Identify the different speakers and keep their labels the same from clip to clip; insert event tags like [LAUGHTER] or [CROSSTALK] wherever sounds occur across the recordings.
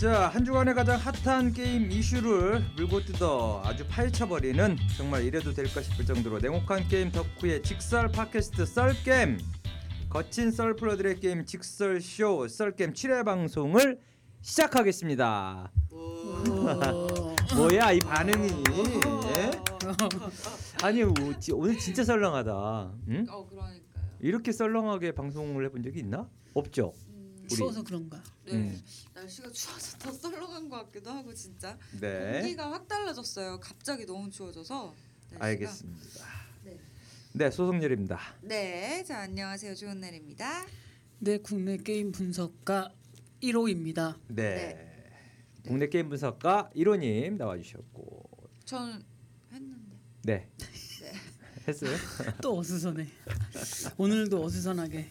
Speaker 1: 자, 한 주간의 가장 핫한 게임 이슈를 물고 뜯어 아주 파헤쳐버리는 정말 이래도 될까 싶을 정도로 냉혹한 게임 덕후의 직설 팟캐스트 썰게임 거친 썰플러들의 게임 직설쇼 썰게임 7회 방송을 시작하겠습니다. 뭐야 이 반응이 예? 아니 오- 지- 오늘 진짜 썰렁하다 응?
Speaker 2: 어 그러니까요.
Speaker 1: 이렇게 썰렁하게 방송을 해본 적이 있나? 없죠? 우리.
Speaker 3: 추워서 그런가.
Speaker 2: 네
Speaker 1: 음.
Speaker 2: 날씨가 추워서 더 썰렁한 것 같기도 하고 진짜
Speaker 1: 네
Speaker 2: 공기가 확 달라졌어요. 갑자기 너무 추워져서. 날씨가.
Speaker 1: 알겠습니다
Speaker 2: 네.
Speaker 1: 네 소성열입니다
Speaker 2: 네, 자 안녕하세요 좋은 날입니다.
Speaker 3: 네, 국내 게임 분석가 1호입니다.
Speaker 1: 네.
Speaker 2: 네.
Speaker 1: 국내 게임 분석가 1호님 나와주셨고
Speaker 2: 전 했는데.
Speaker 1: 네 [LAUGHS] 했어요?
Speaker 3: 또 어수선해. 오늘도 어수선하게.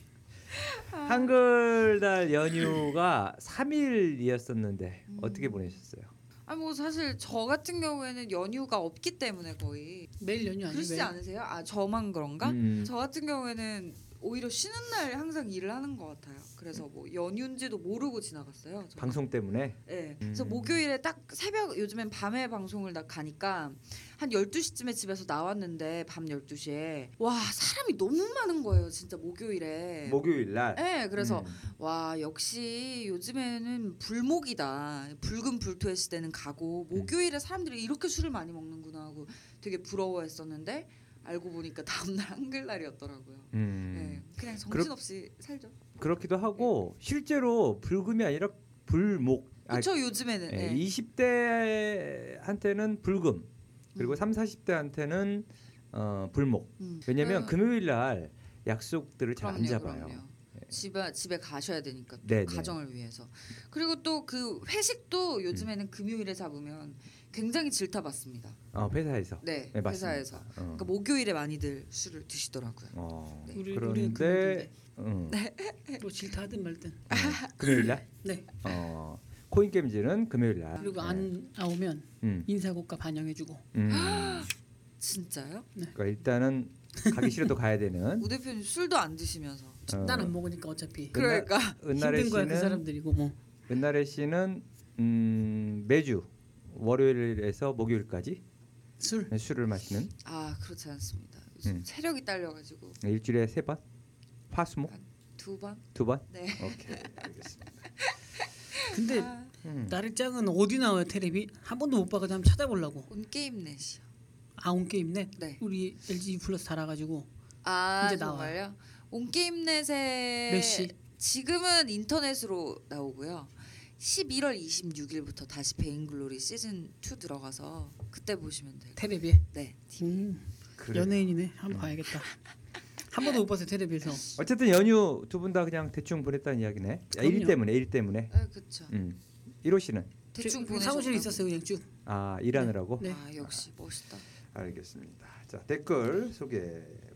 Speaker 2: 아,
Speaker 1: 한글날 연휴가 3일이었었는데
Speaker 2: 음.
Speaker 1: 어떻게 보내셨어요?
Speaker 2: 아 뭐 사실 저 같은 경우에는 연휴가 없기 때문에 거의
Speaker 3: 매일 연휴 아니에요?
Speaker 2: 그러시지 않으세요? 아 저만 그런가?
Speaker 1: 음.
Speaker 2: 저 같은 경우에는 오히려 쉬는 날 항상 일을 하는 것 같아요. 그래서 뭐 연휴인지도 모르고 지나갔어요. 저는.
Speaker 1: 방송 때문에
Speaker 2: 예. 그래서
Speaker 1: 음.
Speaker 2: 목요일에 딱 새벽 요즘엔 밤에 방송을 나 가니까 한 12시쯤에 집에서 나왔는데 밤 12시에 와, 사람이 너무 많은 거예요. 진짜 목요일에.
Speaker 1: 목요일 날
Speaker 2: 예, 네. 그래서
Speaker 1: 음.
Speaker 2: 와 역시 요즘에는 불목이다 붉은 불토의 시대는 가고 목요일에 사람들이 이렇게 술을 많이 먹는구나 하고 되게 부러워했었는데 알고 보니까 다음날 한글날이었더라고요.
Speaker 1: 음.
Speaker 2: 예, 그냥 정신없이 살죠.
Speaker 1: 그렇기도 하고 실제로 불금이 아니라 불목 아,
Speaker 2: 그쵸 요즘에는
Speaker 1: 예,
Speaker 2: 예.
Speaker 1: 20대한테는 불금 그리고
Speaker 2: 음.
Speaker 1: 3, 40대한테는 어, 불목
Speaker 2: 음.
Speaker 1: 왜냐면
Speaker 2: 그래요.
Speaker 1: 금요일 날 약속들을 잘 안
Speaker 2: 그럼요,
Speaker 1: 잡아요 예.
Speaker 2: 그럼요. 집에 집에 가셔야 되니까 또
Speaker 1: 네, 네.
Speaker 2: 가정을 위해서 그리고 또 그 회식도 요즘에는
Speaker 1: 음.
Speaker 2: 금요일에 잡으면 굉장히 질타받습니다.
Speaker 1: 어, 회사에서
Speaker 2: 네,
Speaker 1: 네, 맞습니다.
Speaker 2: 회사에서
Speaker 1: 어.
Speaker 2: 그러니까 목요일 에 많이들 술을 드시더라고요.
Speaker 1: 어,
Speaker 2: 네.
Speaker 3: 우리 우리는
Speaker 1: 그런데
Speaker 3: 금요일인데.
Speaker 1: 응.
Speaker 3: 또 질타든 말든.
Speaker 1: 어, 금요일 날
Speaker 3: 네.
Speaker 1: 어, 코인 게임즈는 금요일 날
Speaker 3: 그리고
Speaker 1: 네.
Speaker 3: 안 나오면
Speaker 1: 음,
Speaker 3: 인사고가 반영해주고.
Speaker 1: 음.
Speaker 2: [GASPS] 진짜요?
Speaker 1: 그러니까 일단은 가기 싫어도 가야 되는
Speaker 2: 우 대표님 술도 안 드시면서
Speaker 1: 어,
Speaker 3: 난 안 먹으니까 어차피
Speaker 1: 그-
Speaker 2: 그러니까 [LAUGHS]
Speaker 1: 은나래
Speaker 3: 힘든 거야 그
Speaker 1: 씨는
Speaker 3: 사람들이고 뭐.
Speaker 1: 은나래 씨는 음, 매주 월요일에서 목요일까지
Speaker 3: 술.
Speaker 1: 술을 마시는
Speaker 2: 아 그렇지 않습니다. 요즘
Speaker 1: 음.
Speaker 2: 체력이 딸려가지고
Speaker 1: 일주일에 세 번, 화수목
Speaker 2: 두 번.
Speaker 1: 두 번.
Speaker 2: 네.
Speaker 1: 오케이 알겠습니다.
Speaker 3: 근데
Speaker 2: 아,
Speaker 1: 음.
Speaker 3: 나를 짱은 어디 나와요 텔레비? 한 번도 못 봐가지고 한번 찾아보려고.
Speaker 2: 온 게임 넷이요.
Speaker 3: 아온 게임 넷.
Speaker 2: 네.
Speaker 3: 우리 LG 플러스 달아가지고
Speaker 2: 아
Speaker 3: 이제
Speaker 2: 정말요? 온 게임 넷에
Speaker 3: 몇 시?
Speaker 2: 지금은 인터넷으로 나오고요. 11월 26일부터 다시 베인글로리 시즌 2 들어가서 그때 보시면 돼요.
Speaker 3: 텔레비에.
Speaker 2: 네.
Speaker 3: 음,
Speaker 1: 그래요.
Speaker 3: 연예인이네. 한번 봐야겠다. 한 번도 못 봤어요 텔레비에서.
Speaker 1: 어쨌든 연휴 두 분 다 그냥 대충 보냈다는 이야기네. 아, 일
Speaker 3: 그럼요.
Speaker 1: 때문에 일 때문에.
Speaker 2: 아, 그렇죠.
Speaker 1: 음. 1호 씨는
Speaker 2: 대충
Speaker 3: 저-
Speaker 2: 보내
Speaker 3: 사무실에 있었어요 그냥 쭉.
Speaker 1: 아 일하느라고.
Speaker 3: 네.
Speaker 2: 아, 역시 멋있다.
Speaker 1: 알겠습니다. 자 댓글 소개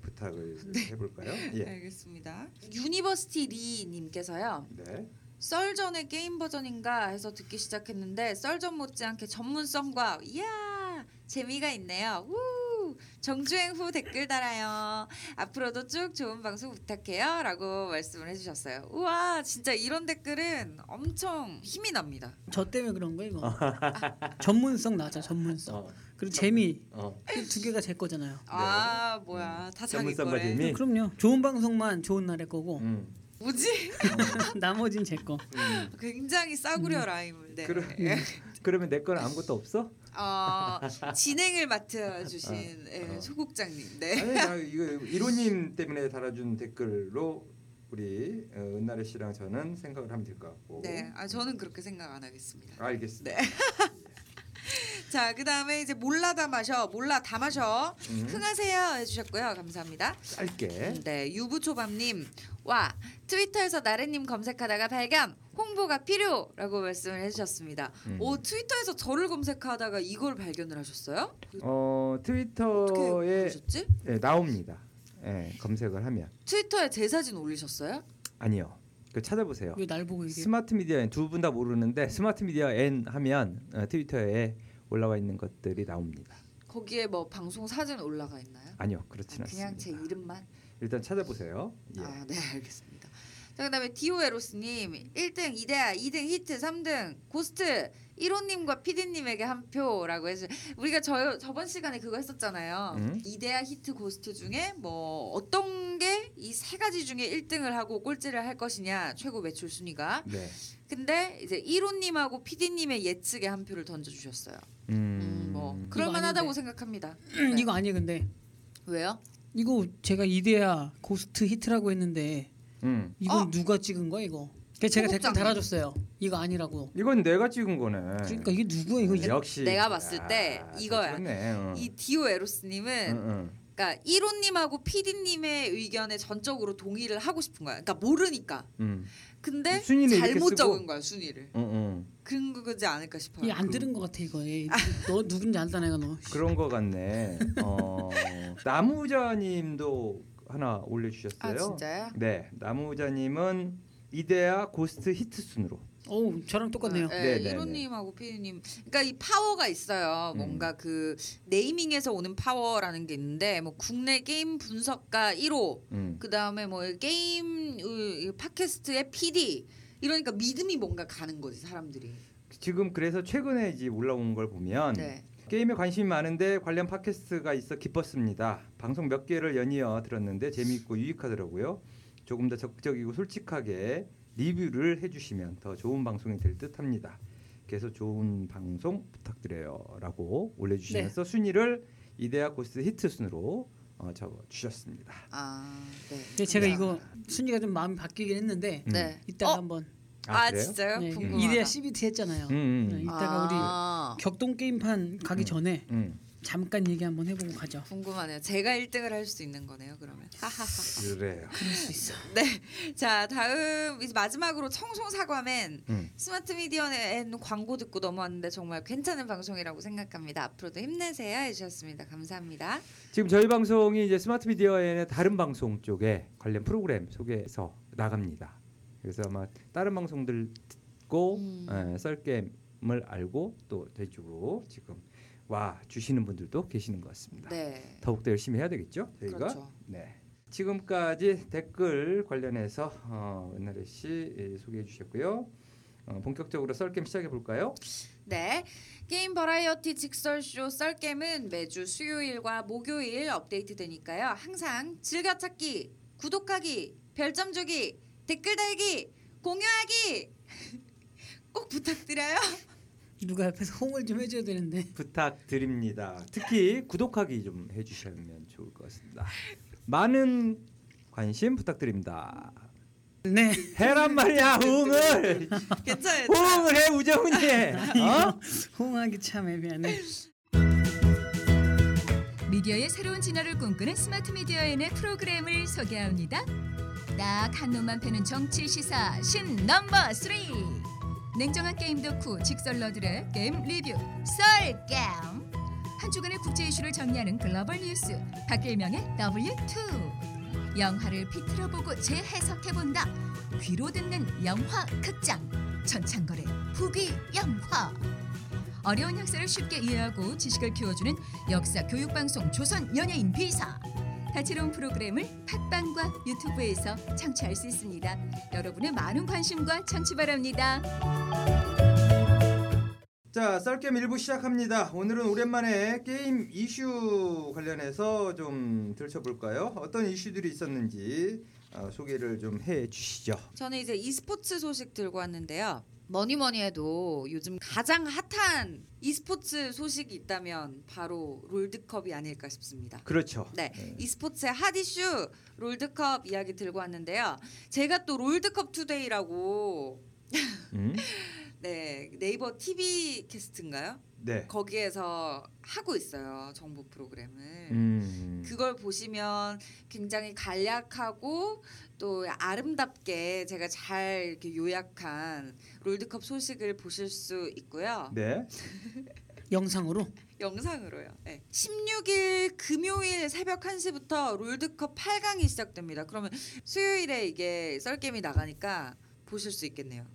Speaker 1: 부탁을 해볼까요? 예.
Speaker 2: 알겠습니다. 유니버시티 리 님께서요.
Speaker 1: 네.
Speaker 2: 썰전의 게임 버전인가 해서 듣기 시작했는데 썰전 못지않게 전문성과 이야 재미가 있네요. 우 정주행 후 댓글 달아요. 앞으로도 쭉 좋은 방송 부탁해요라고 말씀을 해주셨어요. 우와 진짜 이런 댓글은 엄청 힘이 납니다.
Speaker 1: 네.
Speaker 3: 저 때문에 그런 거예요 이거. 전문성 나죠 전문성.
Speaker 1: 어.
Speaker 3: 그리고 재미
Speaker 1: 어.
Speaker 3: 이두 개가 제 거잖아요.
Speaker 2: 아 뭐야 다 자기
Speaker 1: 음. 전문성과
Speaker 2: 거래.
Speaker 1: 재미. 네.
Speaker 3: 그럼요. 좋은 방송만 좋은 날의 거고
Speaker 1: 음.
Speaker 2: 뭐지?
Speaker 3: [LAUGHS]
Speaker 2: [LAUGHS]
Speaker 3: 나머진 제 거.
Speaker 1: 음.
Speaker 2: 굉장히 싸구려 라임을. 네.
Speaker 1: 그래. 그러면 내 거는 아무것도 없어?
Speaker 2: 어, 진행을 맡아주신
Speaker 1: 음. 아,
Speaker 2: 예,
Speaker 1: 아.
Speaker 2: 소국장님. 네.
Speaker 1: 아니 나 이거 이로님 때문에 달아준 댓글로 우리 어, 은나래 씨랑 저는 생각을 하면 될 것 같고.
Speaker 2: 네, 아 저는 그렇게 생각 안 하겠습니다.
Speaker 1: 알겠습니다.
Speaker 2: 자, 그 다음에 이제 몰라 다 마셔, 몰라 다 마셔,
Speaker 1: 음.
Speaker 2: 흥하세요 해주셨고요, 감사합니다.
Speaker 1: 짧게.
Speaker 2: 네, 유부초밥님, 와 트위터에서 나래님 검색하다가 발견, 홍보가 필요라고 말씀을 해주셨습니다.
Speaker 1: 음.
Speaker 2: 오, 트위터에서 저를 검색하다가 이걸 발견을 하셨어요?
Speaker 1: 어
Speaker 2: 어떻게
Speaker 1: 트위터에
Speaker 2: 보셨지?
Speaker 1: 예, 나옵니다. 예, 검색을 하면
Speaker 2: 트위터에 제 사진 올리셨어요?
Speaker 1: 아니요. 그 찾아보세요.
Speaker 2: 네,
Speaker 3: 왜 날 보고 이게?
Speaker 1: 스마트 미디어 N 두 분 다 모르는데 스마트 미디어 N 하면 어, 트위터에 올라와 있는 것들이 나옵니다.
Speaker 2: 거기에 뭐 방송 사진 올라가 있나요?
Speaker 1: 아니요,
Speaker 2: 아,
Speaker 1: 그렇진
Speaker 2: 그냥
Speaker 1: 않습니다.
Speaker 2: 제 이름만?
Speaker 1: 일단 찾아보세요. 예.
Speaker 2: 아, 네, 알겠습니다. 자, 그다음에 디오에로스님 1등 이데아 2등 히트 3등 고스트 1호님과 PD님에게 한 표라고 해서 우리가 저 저번 시간에 그거 했었잖아요.
Speaker 1: 음.
Speaker 2: 이데아 히트 고스트 중에 뭐 어떤 게 이 세 가지 중에 1등을 하고 꼴찌를 할 것이냐 최고 매출 순위가.
Speaker 1: 네.
Speaker 2: 근데 이제 1호님하고 PD님의 예측에 한 표를 던져주셨어요. 음, 뭐 그럴만하다고
Speaker 3: 아닌데.
Speaker 2: 생각합니다.
Speaker 3: 음,
Speaker 2: 네.
Speaker 3: 이거 아니에요 근데
Speaker 2: 왜요?
Speaker 3: 이거 제가 이데아 고스트 히트라고 했는데
Speaker 1: 음.
Speaker 3: 이건
Speaker 2: 어?
Speaker 3: 누가 찍은 거야 이거? 그래서 제가 댓글
Speaker 2: 소극장.
Speaker 3: 달아줬어요. 이거 아니라고.
Speaker 1: 이건 내가 찍은 거네. 음,
Speaker 3: 그러니까 이게 누구야 이거?
Speaker 1: 역시
Speaker 2: 내가 봤을 때
Speaker 1: 아,
Speaker 2: 이거야.
Speaker 1: 그렇네. 어. 음,
Speaker 2: 이
Speaker 3: 음,
Speaker 2: 디오에로스님은
Speaker 1: 응, 응.
Speaker 2: 그러니까 1호님하고 PD님의 의견에 전적으로 동의를 하고 싶은 거야. 그러니까 모르니까.
Speaker 1: 음.
Speaker 2: 근데
Speaker 1: 순위를 이렇게
Speaker 2: 잘못
Speaker 1: 쓰고?
Speaker 2: 적은 거야 순위를.
Speaker 1: 응, 응.
Speaker 2: 그런 거지 않을까 싶어요.
Speaker 3: 얘안 들은 것 같아 이거. 얘, 너 누군지 안다 내가 너.
Speaker 1: 그런 거 같네.
Speaker 2: [LAUGHS]
Speaker 1: 어. 나무자님도 하나 올려주셨어요.
Speaker 2: 아 진짜요?
Speaker 1: 네, 나무자님은 이데아 고스트 히트 순으로.
Speaker 3: 어우 저랑 똑같네요.
Speaker 1: 네.
Speaker 2: 네,
Speaker 1: 네, 음. 네.
Speaker 2: 이론님하고 피디님, 그러니까 이 파워가 있어요. 뭔가 그 네이밍에서 오는 파워라는 게 있는데, 뭐 국내 게임 분석가 1호,
Speaker 1: 음.
Speaker 2: 그 다음에 뭐 게임 으, 이 팟캐스트의 PD 이러니까 믿음이 뭔가 가는 거지 사람들이.
Speaker 1: 지금 그래서 최근에 이제 올라온 걸 보면
Speaker 2: 네.
Speaker 1: 게임에 관심이 많은데 관련 팟캐스트가 있어 기뻤습니다. 방송 몇 개를 연이어 들었는데 재미있고 유익하더라고요. 조금 더 적극적이고 솔직하게 리뷰를 해주시면 더 좋은 방송이 될 듯합니다. 계속 좋은 방송 부탁드려요라고
Speaker 2: 네.
Speaker 1: 올려주시면서 순위를 이데아 고스 히트 순으로 어, 적어 주셨습니다.
Speaker 2: 아, 네.
Speaker 3: 근데
Speaker 1: 음.
Speaker 3: 제가
Speaker 2: 네.
Speaker 3: 이거 순위가 좀 마음이 바뀌긴 했는데
Speaker 2: 네.
Speaker 3: 이따가
Speaker 2: 어?
Speaker 3: 한번
Speaker 2: 아,
Speaker 1: 음. 그래요?
Speaker 2: 진짜요?
Speaker 3: 네,
Speaker 2: 궁금하다.
Speaker 3: 이데아 CBT 했잖아요.
Speaker 1: 음, 음.
Speaker 3: 네, 이따가
Speaker 2: 아,
Speaker 3: 격동 게임판 가기
Speaker 1: 음.
Speaker 3: 전에
Speaker 1: 음.
Speaker 3: 잠깐 얘기 한번 해보고 가죠.
Speaker 2: 궁금하네요. 제가 1등을 할 수 있는 거네요. 그러면. [LAUGHS] 하하하.
Speaker 1: 그래요.
Speaker 3: 그럴 수 있어.
Speaker 2: 자, 다음 이제 마지막으로 청송 사과맨
Speaker 1: 음.
Speaker 2: 스마트 미디어엔 광고 듣고 넘어왔는데 정말 괜찮은 방송이라고 생각합니다. 앞으로도 힘내세요 해주셨습니다. 감사합니다.
Speaker 1: 지금 저희 방송이 이제 스마트 미디어의 다른 방송 쪽에 관련 프로그램 소개해서 나갑니다. 그래서 아마 다른 방송들 듣고
Speaker 2: 음.
Speaker 1: 에, 썰게임을 알고 또 저희 쪽으로 지금 와 주시는 분들도 계시는 것 같습니다.
Speaker 2: 네.
Speaker 1: 더욱더 열심히 해야 되겠죠? 저희가
Speaker 2: 그렇죠.
Speaker 1: 네. 지금까지 댓글 관련해서 어, 은하래 씨 예, 소개해 주셨고요. 어, 본격적으로 썰게임 시작해 볼까요?
Speaker 2: 네. 게임 버라이어티 직설쇼 썰겜은 매주 수요일과 목요일 업데이트되니까요. 항상 즐겨찾기, 구독하기, 별점 주기, 댓글 달기, 공유하기 [LAUGHS] 꼭 부탁드려요. [LAUGHS]
Speaker 3: 누가 옆에서 홍을 좀 해줘야 되는데. [LAUGHS]
Speaker 1: 부탁드립니다. 특히 구독하기 좀 해주시면 좋을 것 같습니다. 많은 관심 부탁드립니다.
Speaker 3: 네.
Speaker 1: 해란 말이야 호응을
Speaker 2: 괜찮아요.
Speaker 1: 호응을 해 우정훈이. 어?
Speaker 3: 호응하기 참 애매하네.
Speaker 4: 미디어의 새로운 진화를 꿈꾸는 스마트 미디어엔의 프로그램을 소개합니다. 딱 한 놈만 패는 정치 시사 신 넘버 3. 냉정한 게임 덕후 직설러들의 게임 리뷰 썰겜. 한 주간의 국제 이슈를 정리하는 글로벌 뉴스 박일명의 W2. 영화를 비틀어 보고 재해석해 본다. 귀로 듣는 영화 극장 전창걸의 부귀 영화. 어려운 역사를 쉽게 이해하고 지식을 키워주는 역사 교육 방송 조선 연예인 비사 다채로운 프로그램을 팟빵과 유튜브에서 청취할 수 있습니다. 여러분의 많은 관심과 청취 바랍니다.
Speaker 1: 자 썰겜 일부 시작합니다. 오늘은 오랜만에 게임 이슈 관련해서 좀 들춰볼까요? 어떤 이슈들이 있었는지 어, 소개를 좀 해주시죠.
Speaker 2: 저는 이제 e스포츠 소식 들고 왔는데요. 뭐니 뭐니 해도 요즘 가장 핫한 e스포츠 소식이 있다면 바로 롤드컵이 아닐까 싶습니다.
Speaker 1: 그렇죠.
Speaker 2: 네, e스포츠의 핫 이슈 롤드컵 이야기 들고 왔는데요. 제가 또 롤드컵 투데이라고
Speaker 1: 음?
Speaker 2: 네 네이버 TV 캐스트인가요?
Speaker 1: 네.
Speaker 2: 거기에서 하고 있어요 정보 프로그램을.
Speaker 1: 음.
Speaker 2: 그걸 보시면 굉장히 간략하고 또 아름답게 제가 잘 이렇게 요약한 롤드컵 소식을 보실 수 있고요.
Speaker 1: 네.
Speaker 3: 영상으로.
Speaker 2: 영상으로요. 네. 16일 금요일 새벽 1시부터 롤드컵 8강이 시작됩니다. 그러면 수요일에 이게 썰게임이 나가니까 보실 수 있겠네요.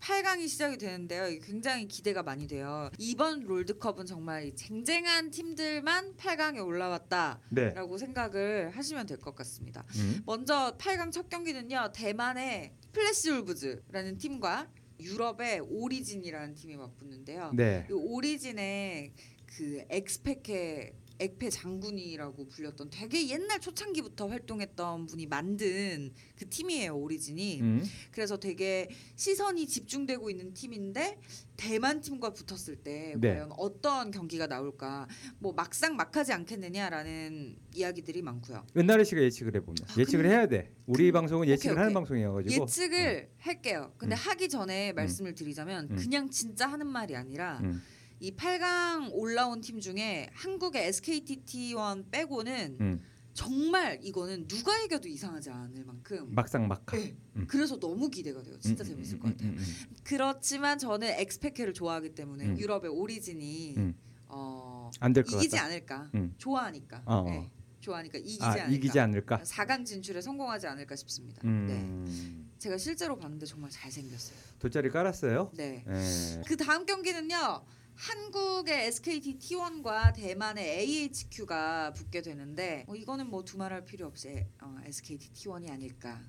Speaker 2: 8강이 시작이 되는데요. 이게 굉장히 기대가 많이 돼요. 이번 롤드컵은 정말 이 쟁쟁한 팀들만 8강에 올라왔다라고
Speaker 1: 네.
Speaker 2: 생각을 하시면 될 것 같습니다.
Speaker 1: 음.
Speaker 2: 먼저 8강 첫 경기는요. 대만의 플래시 울브즈라는 팀과 유럽의 오리진이라는 팀이 맞붙는데요.
Speaker 1: 네.
Speaker 2: 이 오리진의 그 엑스팩의 액패 장군이라고 불렸던 되게 옛날 초창기부터 활동했던 분이 만든 그 팀이에요 오리진이
Speaker 1: 음.
Speaker 2: 그래서 되게 시선이 집중되고 있는 팀인데 대만 팀과 붙었을 때
Speaker 1: 네.
Speaker 2: 과연 어떤 경기가 나올까 뭐 막상 막하지 않겠느냐라는 이야기들이 많고요
Speaker 1: 은나래 씨가 예측을 해보면 예측을
Speaker 2: 근데-
Speaker 1: 해야 돼. 우리 방송은 예측을
Speaker 2: 아, 그, 오케이,
Speaker 1: 하는
Speaker 2: 오케이.
Speaker 1: 방송이어가지고 네.
Speaker 2: 예측을 할게요 근데
Speaker 1: 음.
Speaker 2: 하기 전에 말씀을 드리자면
Speaker 1: 음.
Speaker 2: 그냥 진짜 하는 말이 아니라
Speaker 1: 음.
Speaker 2: 이 8강 올라온 팀 중에 한국의 SKTT1 빼고는
Speaker 1: 음.
Speaker 2: 정말 이거는 누가 이겨도 이상하지 않을 만큼
Speaker 1: 막상 막하.
Speaker 2: 네.
Speaker 1: 음.
Speaker 2: 그래서 너무 기대가 돼요. 진짜
Speaker 1: 음,
Speaker 2: 재밌을
Speaker 1: 음,
Speaker 2: 것 같아요.
Speaker 1: 음, 음,
Speaker 2: 그렇지만 저는 엑스패케를 좋아하기 때문에
Speaker 1: 음.
Speaker 2: 유럽의 오리진이
Speaker 1: 음.
Speaker 2: 어,
Speaker 1: 안될 것
Speaker 2: 이기지
Speaker 1: 같다.
Speaker 2: 않을까.
Speaker 1: 음.
Speaker 2: 좋아하니까.
Speaker 1: 어.
Speaker 2: 네. 좋아하니까 이기지
Speaker 1: 아
Speaker 2: 않을까.
Speaker 1: 이기지 않을까.
Speaker 2: 4강 진출에 성공하지 않을까 싶습니다. 네.
Speaker 1: 음.
Speaker 2: 제가 실제로 봤는데 정말 잘생겼어요.
Speaker 1: 돗자리 깔았어요.
Speaker 2: 네.
Speaker 1: 예.
Speaker 2: 그 다음 경기는요. 한국의 SKT T1과 대만의 AHQ가 붙게 되는데 뭐 이거는 뭐 두말할 필요 없이 어, SKT T1이 아닐까.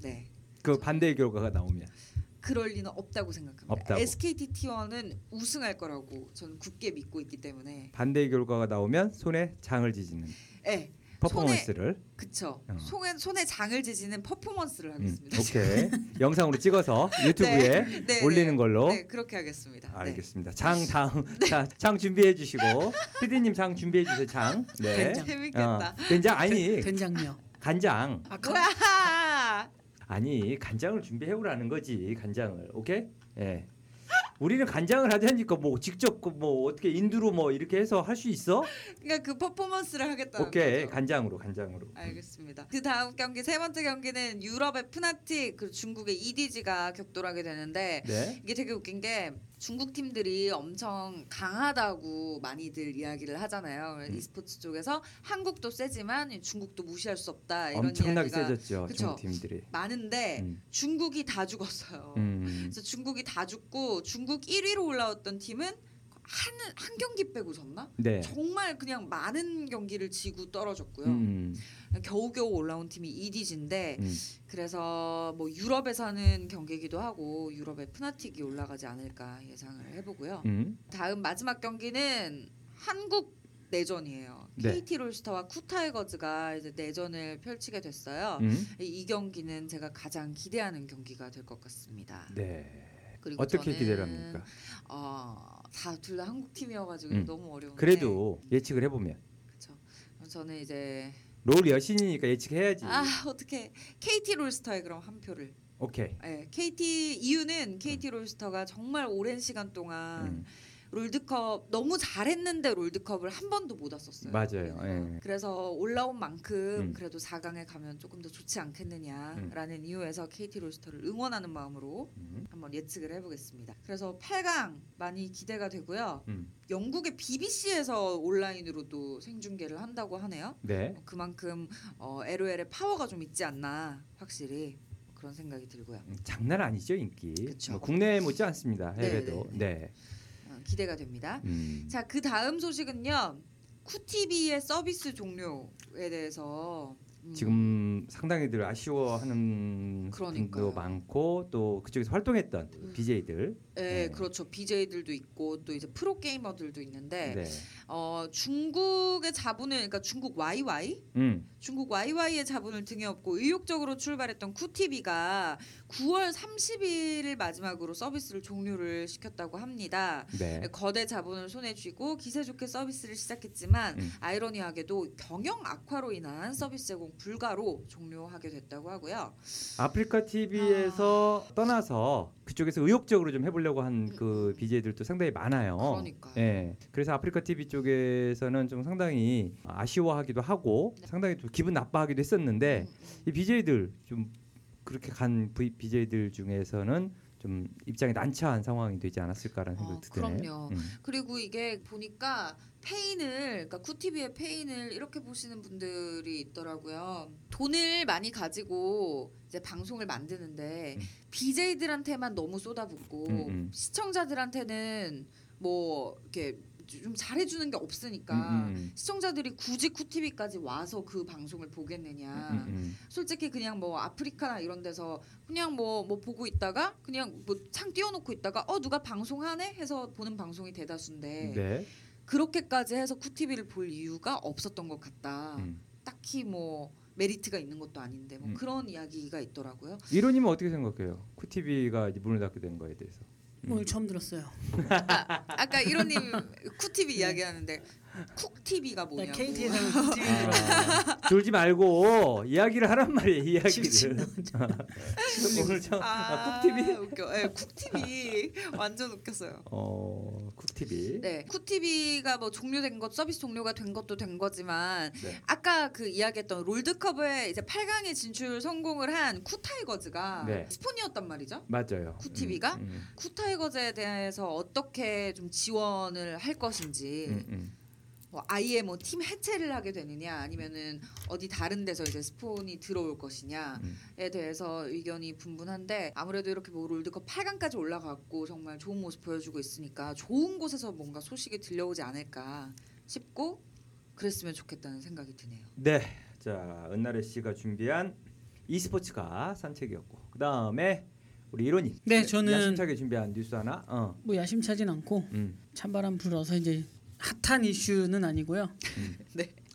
Speaker 2: 네.
Speaker 1: 그 반대의 결과가 나오면
Speaker 2: 그럴 리는 없다고 생각합니다.
Speaker 1: 없다고.
Speaker 2: SKT T1은 우승할 거라고 저는 굳게 믿고 있기 때문에.
Speaker 1: 반대의 결과가 나오면 손에 장을 지지는
Speaker 2: 네,
Speaker 1: 퍼포먼스를
Speaker 2: 그쵸.
Speaker 1: 어.
Speaker 2: 손에, 손에 장을 지지는 퍼포먼스를
Speaker 1: 음,
Speaker 2: [LAUGHS] 하겠습니다.
Speaker 1: 오케이 영상으로 찍어서 유튜브에
Speaker 2: [LAUGHS] 네, 네,
Speaker 1: 올리는
Speaker 2: 네.
Speaker 1: 걸로
Speaker 2: 네, 그렇게 하겠습니다. 네.
Speaker 1: 알겠습니다. 장 다음 자, 장 준비해 주시고 피디님 장 준비해 주세요. 장. 네.
Speaker 3: 된장.
Speaker 2: 재밌겠다.
Speaker 1: 어, 된장 아니
Speaker 3: 된장요.
Speaker 1: 간장
Speaker 3: 아,
Speaker 2: 그
Speaker 3: 가-
Speaker 2: 우와!
Speaker 1: 아니 간장을 준비해 오라는 거지 간장을 오케이 예 우리는 간장을 하자니까 뭐 직접 그뭐 어떻게 인두로 뭐 이렇게 해서 할 수 있어
Speaker 2: [LAUGHS] 그러니까 그 퍼포먼스를 하겠다는
Speaker 1: 오케이
Speaker 2: 거죠.
Speaker 1: 간장으로 간장으로 음.
Speaker 2: 알겠습니다. 그 다음 경기 세 번째 경기는 유럽의 푸나틱 그리고 중국의 EDG가 격돌하게 되는데
Speaker 1: 네
Speaker 2: 이게 되게 웃긴 게 중국 팀들이 엄청 강하다고 많이들 이야기를 하잖아요.
Speaker 1: 음.
Speaker 2: e스포츠 쪽에서 한국도 세지만 중국도 무시할 수 없다 이런
Speaker 1: 엄청나게
Speaker 2: 이야기가
Speaker 1: 세졌죠
Speaker 2: 그쵸.
Speaker 1: 중국 팀들이
Speaker 2: 많은데
Speaker 1: 음.
Speaker 2: 중국이 다 죽었어요.
Speaker 1: 음.
Speaker 2: 그래서 중국이 다 죽고 중국 1위로 올라왔던 팀은 한, 한 경기 빼고 졌나?
Speaker 1: 네
Speaker 2: 정말 그냥 많은 경기를 지고 떨어졌고요.
Speaker 1: 음.
Speaker 2: 겨우겨우 올라온 팀이 EDG인데
Speaker 1: 음.
Speaker 2: 그래서 뭐 유럽에 사는 경기이기도 하고 유럽의 푸나틱이 올라가지 않을까 예상을 해보고요.
Speaker 1: 음.
Speaker 2: 다음 마지막 경기는 한국 내전이에요.
Speaker 1: 네.
Speaker 2: KT 롤스터와 쿠타이거즈가 이제 내전을 펼치게 됐어요.
Speaker 1: 음.
Speaker 2: 이 경기는 제가 가장 기대하는 경기가 될 것 같습니다.
Speaker 1: 네
Speaker 2: 그리고
Speaker 1: 어떻게
Speaker 2: 저는, 네.
Speaker 1: 기대를 합니까
Speaker 2: 어, 다둘 다 한국 팀이어가지고
Speaker 1: 음.
Speaker 2: 너무 어려운데
Speaker 1: 그래도 예측을 해보면
Speaker 2: 그쵸. 저는 이제
Speaker 1: 롤 여신이니까 예측해야지
Speaker 2: 아 어떻게 KT 롤스터에 그럼 한 표를
Speaker 1: 오케이
Speaker 2: 네, KT 이유는 KT 롤스터가 정말 오랜 시간 동안
Speaker 1: 음.
Speaker 2: 롤드컵 너무 잘했는데 롤드컵을 한 번도 못 왔었어요.
Speaker 1: 맞아요
Speaker 2: 그래서.
Speaker 1: 예.
Speaker 2: 그래서 올라온 만큼
Speaker 1: 음.
Speaker 2: 그래도 4강에 가면 조금 더 좋지 않겠느냐라는 이유에서 KT 롤스터를 응원하는 마음으로
Speaker 1: 음.
Speaker 2: 한번 예측을 해보겠습니다. 그래서 8강 많이 기대가 되고요.
Speaker 1: 음.
Speaker 2: 영국의 BBC에서 온라인으로도 생중계를 한다고 하네요.
Speaker 1: 네
Speaker 2: 그만큼 어, LOL의 파워가 좀 있지 않나 확실히 그런 생각이 들고요.
Speaker 1: 음, 장난 아니죠 인기.
Speaker 2: 그쵸.
Speaker 1: 뭐 국내에 못지 않습니다 해외도.
Speaker 2: 네,
Speaker 1: 네.
Speaker 2: 어, 기대가 됩니다.
Speaker 1: 음.
Speaker 2: 자, 그 다음 소식은요. 쿠티비의 서비스 종료에 대해서 음,
Speaker 1: 지금 상당히들 아쉬워하는
Speaker 2: 그러니까요.
Speaker 1: 분도 많고 또 그쪽에서 활동했던
Speaker 2: 음.
Speaker 1: BJ들.
Speaker 2: 예,
Speaker 1: 네.
Speaker 2: 그렇죠. BJ들도 있고 또 이제 프로 게이머들도 있는데
Speaker 1: 네.
Speaker 2: 어, 중국의 자본을 그러니까 중국 YY
Speaker 1: 음.
Speaker 2: 중국 YY의 자본을 등에 업고 의욕적으로 출발했던 쿠티비가 9월 30일을 마지막으로 서비스를 종료를 시켰다고 합니다.
Speaker 1: 네.
Speaker 2: 거대 자본을 손에 쥐고 기세 좋게 서비스를 시작했지만
Speaker 1: 음.
Speaker 2: 아이러니하게도 경영 악화로 인한 서비스 제공 불가로 종료하게 됐다고 하고요.
Speaker 1: 아프리카 TV에서 떠나서 그쪽에서 의욕적으로 좀 해보려고 한 그
Speaker 2: 아. 음.
Speaker 1: BJ들도 상당히 많아요.
Speaker 2: 그러니까요.
Speaker 1: 예. 그래서 아프리카 TV 쪽에서는 좀 상당히 아쉬워하기도 하고
Speaker 2: 네.
Speaker 1: 상당히 또 기분 나빠하기도 했었는데
Speaker 2: 음, 음.
Speaker 1: 이 BJ들 좀 그렇게 간 V- BJ들 중에서는 좀 입장이 난처한 상황이 되지 않았을까라는
Speaker 2: 어,
Speaker 1: 생각도 드네요.
Speaker 2: 그럼요.
Speaker 1: 음.
Speaker 2: 그리고 이게 보니까 페인을 그러니까 쿠티비의 페인을 이렇게 보시는 분들이 있더라고요. 돈을 많이 가지고 이제 방송을 만드는데
Speaker 1: 음.
Speaker 2: BJ들한테만 너무 쏟아붓고
Speaker 1: 음, 음.
Speaker 2: 시청자들한테는 뭐 이렇게 좀 잘해주는 게 없으니까
Speaker 1: 음,
Speaker 2: 시청자들이 굳이 쿠티비까지 와서 그 방송을 보겠느냐.
Speaker 1: 음, 음,
Speaker 2: 솔직히 그냥 뭐 아프리카나 이런 데서 그냥 뭐 뭐 보고 있다가 그냥 뭐 창 띄워놓고 있다가 어 누가 방송하네 해서 보는 방송이 대다수인데
Speaker 1: 음. 네.
Speaker 2: 그렇게까지 해서 쿠티비를 볼 이유가 없었던 것 같다.
Speaker 1: 음.
Speaker 2: 딱히 뭐 메리트가 있는 것도 아닌데 뭐
Speaker 1: 음.
Speaker 2: 그런 이야기가 있더라고요.
Speaker 1: 이론님은 어떻게 생각해요? 쿠티비가 이제 문을 닫게 된 거에 대해서. 음.
Speaker 3: 오늘 처음 들었어요.
Speaker 2: 아까 이런님 [LAUGHS] 쿠티비
Speaker 1: 네.
Speaker 2: 이야기하는데 쿡티비가
Speaker 3: 나
Speaker 2: 뭐냐고.
Speaker 3: KT에서는 TV인 줄 알았어.
Speaker 1: 아, 졸지 말고 이야기를 하란 말이에요.
Speaker 3: 지금
Speaker 1: 아, 이야기를. 오늘 처음 아, 쿡티비?
Speaker 2: 웃겨. 네, 쿡티비 완전 웃겼어요.
Speaker 1: 어, 쿠티비.
Speaker 2: 네, 쿠티비가 뭐 종료된 것 서비스 종료가 된 것도 된 거지만
Speaker 1: 네.
Speaker 2: 아까 그 이야기했던 롤드컵에 이제 8강에 진출 성공을 한 쿠타이거즈가
Speaker 1: 네.
Speaker 2: 스폰이었단 말이죠.
Speaker 1: 맞아요.
Speaker 2: 쿠티비가?
Speaker 1: 음, 음,
Speaker 2: 쿠타이거즈에 대해서 어떻게 좀 지원을 할 것인지
Speaker 1: 음, 음.
Speaker 2: 뭐 아예 뭐 팀 해체를 하게 되느냐 아니면은 어디 다른 데서 이제 스폰이 들어올 것이냐에
Speaker 1: 음.
Speaker 2: 대해서 의견이 분분한데 아무래도 이렇게 뭐 롤드컵 8강까지 올라갔고 정말 좋은 모습 보여주고 있으니까 좋은 곳에서 뭔가 소식이 들려오지 않을까 싶고 그랬으면 좋겠다는 생각이 드네요.
Speaker 1: 네. 자, 은나래 씨가 준비한 e스포츠가 산책이었고. 그다음에 우리 이론님.
Speaker 3: 네, 저는-
Speaker 1: 야심차게 준비한 뉴스 하나. 어.
Speaker 3: 뭐 야심차진 않고
Speaker 1: 음.
Speaker 3: 찬바람 불어서 이제 핫한 이슈는 아니고요.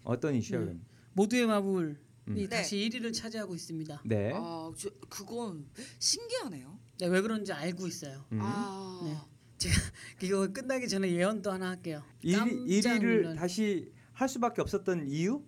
Speaker 1: 어떤 이슈예요?
Speaker 3: 음. 모두의 마블이
Speaker 1: 음.
Speaker 3: 다시
Speaker 2: 네.
Speaker 3: 1위를 차지하고 있습니다.
Speaker 1: 네.
Speaker 2: 아, 저- 그건 신기하네요.
Speaker 3: 네, 왜 그런지 알고 있어요.
Speaker 1: 음.
Speaker 2: 아,
Speaker 3: 네. 이거 끝나기 전에 예언도 하나 할게요.
Speaker 1: 1위,
Speaker 3: 깜짝
Speaker 1: 1위를
Speaker 3: 놀란-
Speaker 1: 다시 할 수밖에 없었던 이유?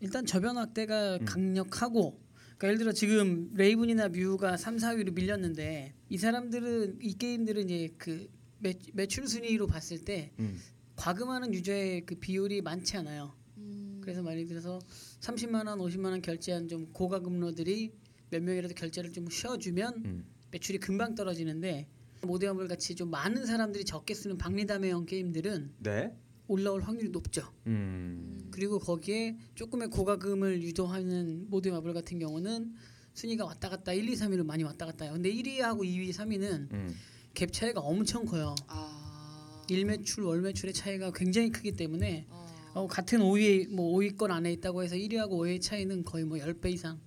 Speaker 3: 일단 저변 확대가
Speaker 1: 음.
Speaker 3: 강력하고 그러니까 예를 들어 지금 레이븐이나 뮤가 3, 4위로 밀렸는데 이 사람들은 이 게임들은 이제 그 매, 매출 순위로 봤을 때
Speaker 1: 음.
Speaker 3: 과금하는 유저의 그 비율이 많지 않아요.
Speaker 2: 음,
Speaker 3: 그래서 많이 들어서 30만 원, 50만 원 결제한 좀 고가금러들이 몇 명이라도 결제를 좀 쉬어주면
Speaker 1: 음.
Speaker 3: 매출이 금방 떨어지는데 모대화물 같이 좀 많은 사람들이 적게 쓰는 박리담회형 게임들은
Speaker 1: 네.
Speaker 3: 올라올 확률이 높죠.
Speaker 1: 음.
Speaker 3: 그리고 거기에 조금의 고가금을 유도하는 모든 마블 같은 경우는 순위가 왔다 갔다 1, 2, 3위로 많이 왔다 갔다 해요. 근데 1위하고 2위, 3위는
Speaker 1: 음.
Speaker 3: 갭 차이가 엄청 커요.
Speaker 2: 아,
Speaker 3: 일 매출, 월 매출의 차이가 굉장히 크기 때문에
Speaker 2: 어,
Speaker 3: 어, 같은 5위, 뭐 5위권 안에 있다고 해서 1위하고 5위의 차이는 거의 뭐 10배 이상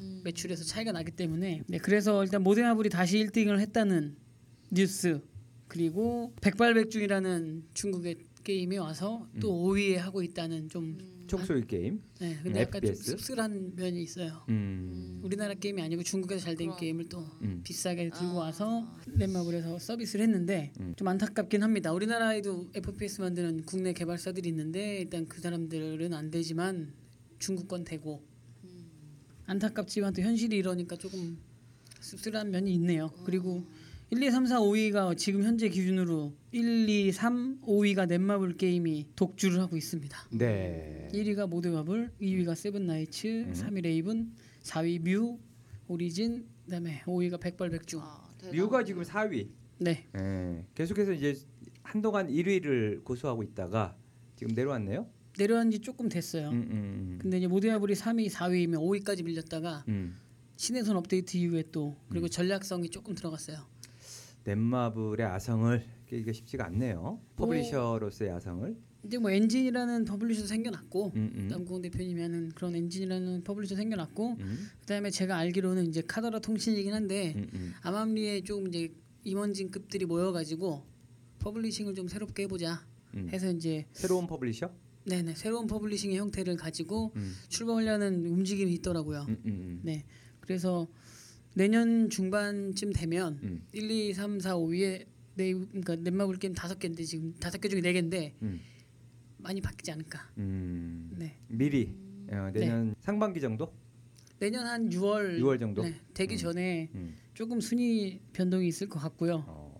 Speaker 2: 음.
Speaker 3: 매출에서 차이가 나기 때문에 네, 그래서 일단 모든 마블이 다시 1등을 했다는 뉴스 그리고 백발백중이라는 중국의 게임이 와서 또 5위에 하고 있다는 좀
Speaker 2: 음.
Speaker 1: 총소리 게임.
Speaker 3: 네, 근데 약간 좀
Speaker 1: FPS?
Speaker 3: 씁쓸한 면이 있어요.
Speaker 1: 음.
Speaker 3: 우리나라 게임이 아니고 중국에서 잘 된
Speaker 2: 그럼.
Speaker 3: 게임을 또
Speaker 1: 음.
Speaker 3: 비싸게 들고
Speaker 2: 아.
Speaker 3: 와서 넷마블에서 서비스를 했는데
Speaker 1: 음.
Speaker 3: 좀 안타깝긴 합니다. 우리나라에도 FPS 만드는 국내 개발사들이 있는데 일단 그 사람들은 안 되지만 중국 건 되고
Speaker 2: 음.
Speaker 3: 안타깝지만 또 현실이 이러니까 조금 씁쓸한 면이 있네요.
Speaker 2: 아.
Speaker 3: 그리고 1, 2, 3, 4, 5위가 지금 현재 기준으로 1, 2, 3, 5위가 넷마블 게임이 독주를 하고 있습니다.
Speaker 1: 네.
Speaker 3: 1위가 모드마블, 2위가 세븐나이츠,
Speaker 1: 음.
Speaker 3: 3위 레이븐, 4위 뮤, 오리진, 그다음에 5위가 백발백중.
Speaker 2: 아,
Speaker 1: 류가
Speaker 2: 대단하네요.
Speaker 1: 지금 4위.
Speaker 3: 네,
Speaker 1: 예. 계속해서 이제 한동안 1위를 고수하고 있다가 지금 내려왔네요.
Speaker 3: 내려간 지 조금 됐어요.
Speaker 1: 음, 음, 음.
Speaker 3: 네. 근데 이제 모드마블이 3위, 4위면 5위까지 밀렸다가
Speaker 1: 음.
Speaker 3: 신혜선 업데이트 이후에 또 그리고 전략성이 조금 들어갔어요.
Speaker 1: 넷마블의 아성을 깨기가 쉽지가 않네요. 퍼블리셔로서의 아성을.
Speaker 3: 이제 뭐 엔진이라는 퍼블리셔도 생겨났고
Speaker 1: 음, 음.
Speaker 3: 남궁 대표님이 하는 그런 엔진이라는 퍼블리셔 생겨났고
Speaker 1: 음,
Speaker 3: 그다음에 제가 알기로는 이제 카더라 통신이긴 한데
Speaker 1: 음, 음.
Speaker 3: 암암리에 조금 이제 임원진급들이 모여가지고 퍼블리싱을 좀 새롭게 해보자
Speaker 1: 음.
Speaker 3: 해서 이제
Speaker 1: 새로운 퍼블리셔?
Speaker 3: 네네 새로운 퍼블리싱의 형태를 가지고
Speaker 1: 음.
Speaker 3: 출범하려는 움직임이 있더라고요.
Speaker 1: 음, 음,
Speaker 3: 네, 그래서 내년 중반쯤 되면
Speaker 1: 음.
Speaker 3: 1, 2, 3, 4, 5위에 네, 그러니까 넷마블 게임 다섯 개인데 지금 다섯 개 중에 네 개인데
Speaker 1: 음.
Speaker 3: 많이 바뀌지 않을까.
Speaker 1: 음.
Speaker 3: 네,
Speaker 1: 미리 어, 내년 상반기 정도?
Speaker 3: 내년 한 6월,
Speaker 1: 6월 정도?
Speaker 3: 네, 되기
Speaker 1: 음.
Speaker 3: 전에
Speaker 1: 음.
Speaker 3: 조금 순위 변동이 있을 것 같고요.
Speaker 1: 어.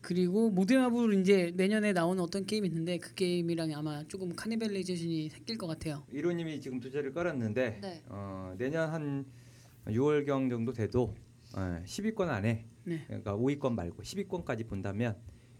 Speaker 3: 그리고 모드마블 이제 내년에 나오는 어떤 게임이 있는데 그 게임이랑 아마 조금 카니발레이제이션이 생길 것 같아요.
Speaker 1: 이로님이 지금 두 자리를 깔았는데
Speaker 2: 네.
Speaker 1: 어, 내년 한 6월경 정도 돼도 어, 10위권 안에
Speaker 3: 네.
Speaker 1: 그러니까 5위권 말고 10위권까지 본다면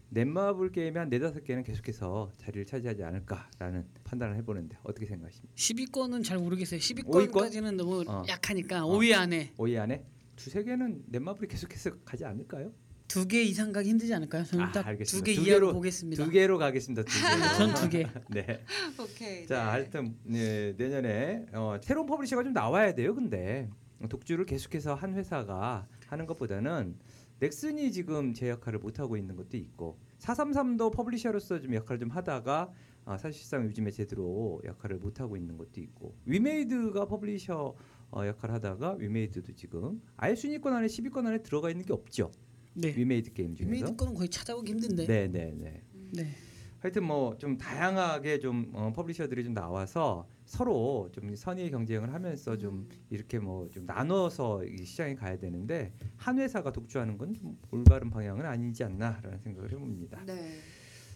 Speaker 1: 넷마블 게임이 한 네다섯 개는 계속해서 자리를 차지하지 않을까라는 판단을 해보는데 어떻게 생각하십니까?
Speaker 3: 10위권은 잘 모르겠어요.
Speaker 1: 10위권?
Speaker 3: 10위권까지는 너무
Speaker 1: 어.
Speaker 3: 약하니까
Speaker 1: 어.
Speaker 3: 5위 안에
Speaker 1: 5위 안에 두세 개는 넷마블이 계속해서 가지 않을까요?
Speaker 3: 두 개 이상 가기 힘들지 않을까요? 저는
Speaker 1: 아,
Speaker 3: 딱 두
Speaker 1: 알겠습니다.
Speaker 3: 개
Speaker 1: 두
Speaker 3: 이하로
Speaker 1: 개로-
Speaker 3: 보겠습니다.
Speaker 1: 두 개로 가겠습니다. 두 개.
Speaker 3: [LAUGHS] 전 두 개.
Speaker 1: [LAUGHS] 네.
Speaker 2: [LAUGHS] 오케이.
Speaker 1: 자, 하여튼 네, 내년에 어, 새로운 퍼블리셔가 좀 나와야 돼요. 근데 독주를 계속해서 한 회사가 하는 것보다는 넥슨이 지금 제 역할을 못 하고 있는 것도 있고 433도 퍼블리셔로서 좀 역할을 좀 하다가 아, 사실상 요즘에 제대로 역할을 못 하고 있는 것도 있고 위메이드가 퍼블리셔 어, 역할을 하다가 위메이드도 지금 아예 순위권 안에 10위권 안에 들어가 있는 게 없죠.
Speaker 3: 네.
Speaker 1: 위메이드 게임 중에서.
Speaker 3: 유메이드 거는 거의 찾아오기 힘든데.
Speaker 1: 네, 네, 네.
Speaker 3: 네.
Speaker 1: 하여튼 뭐 좀 다양하게 좀 어, 퍼블리셔들이 좀 나와서 서로 좀 선의 경쟁을 하면서 좀
Speaker 3: 음.
Speaker 1: 이렇게 뭐 좀 나눠서 이 시장에 가야 되는데 한 회사가 독주하는 건 좀 올바른 방향은 아니지 않나라는 생각을 해봅니다.
Speaker 2: 네.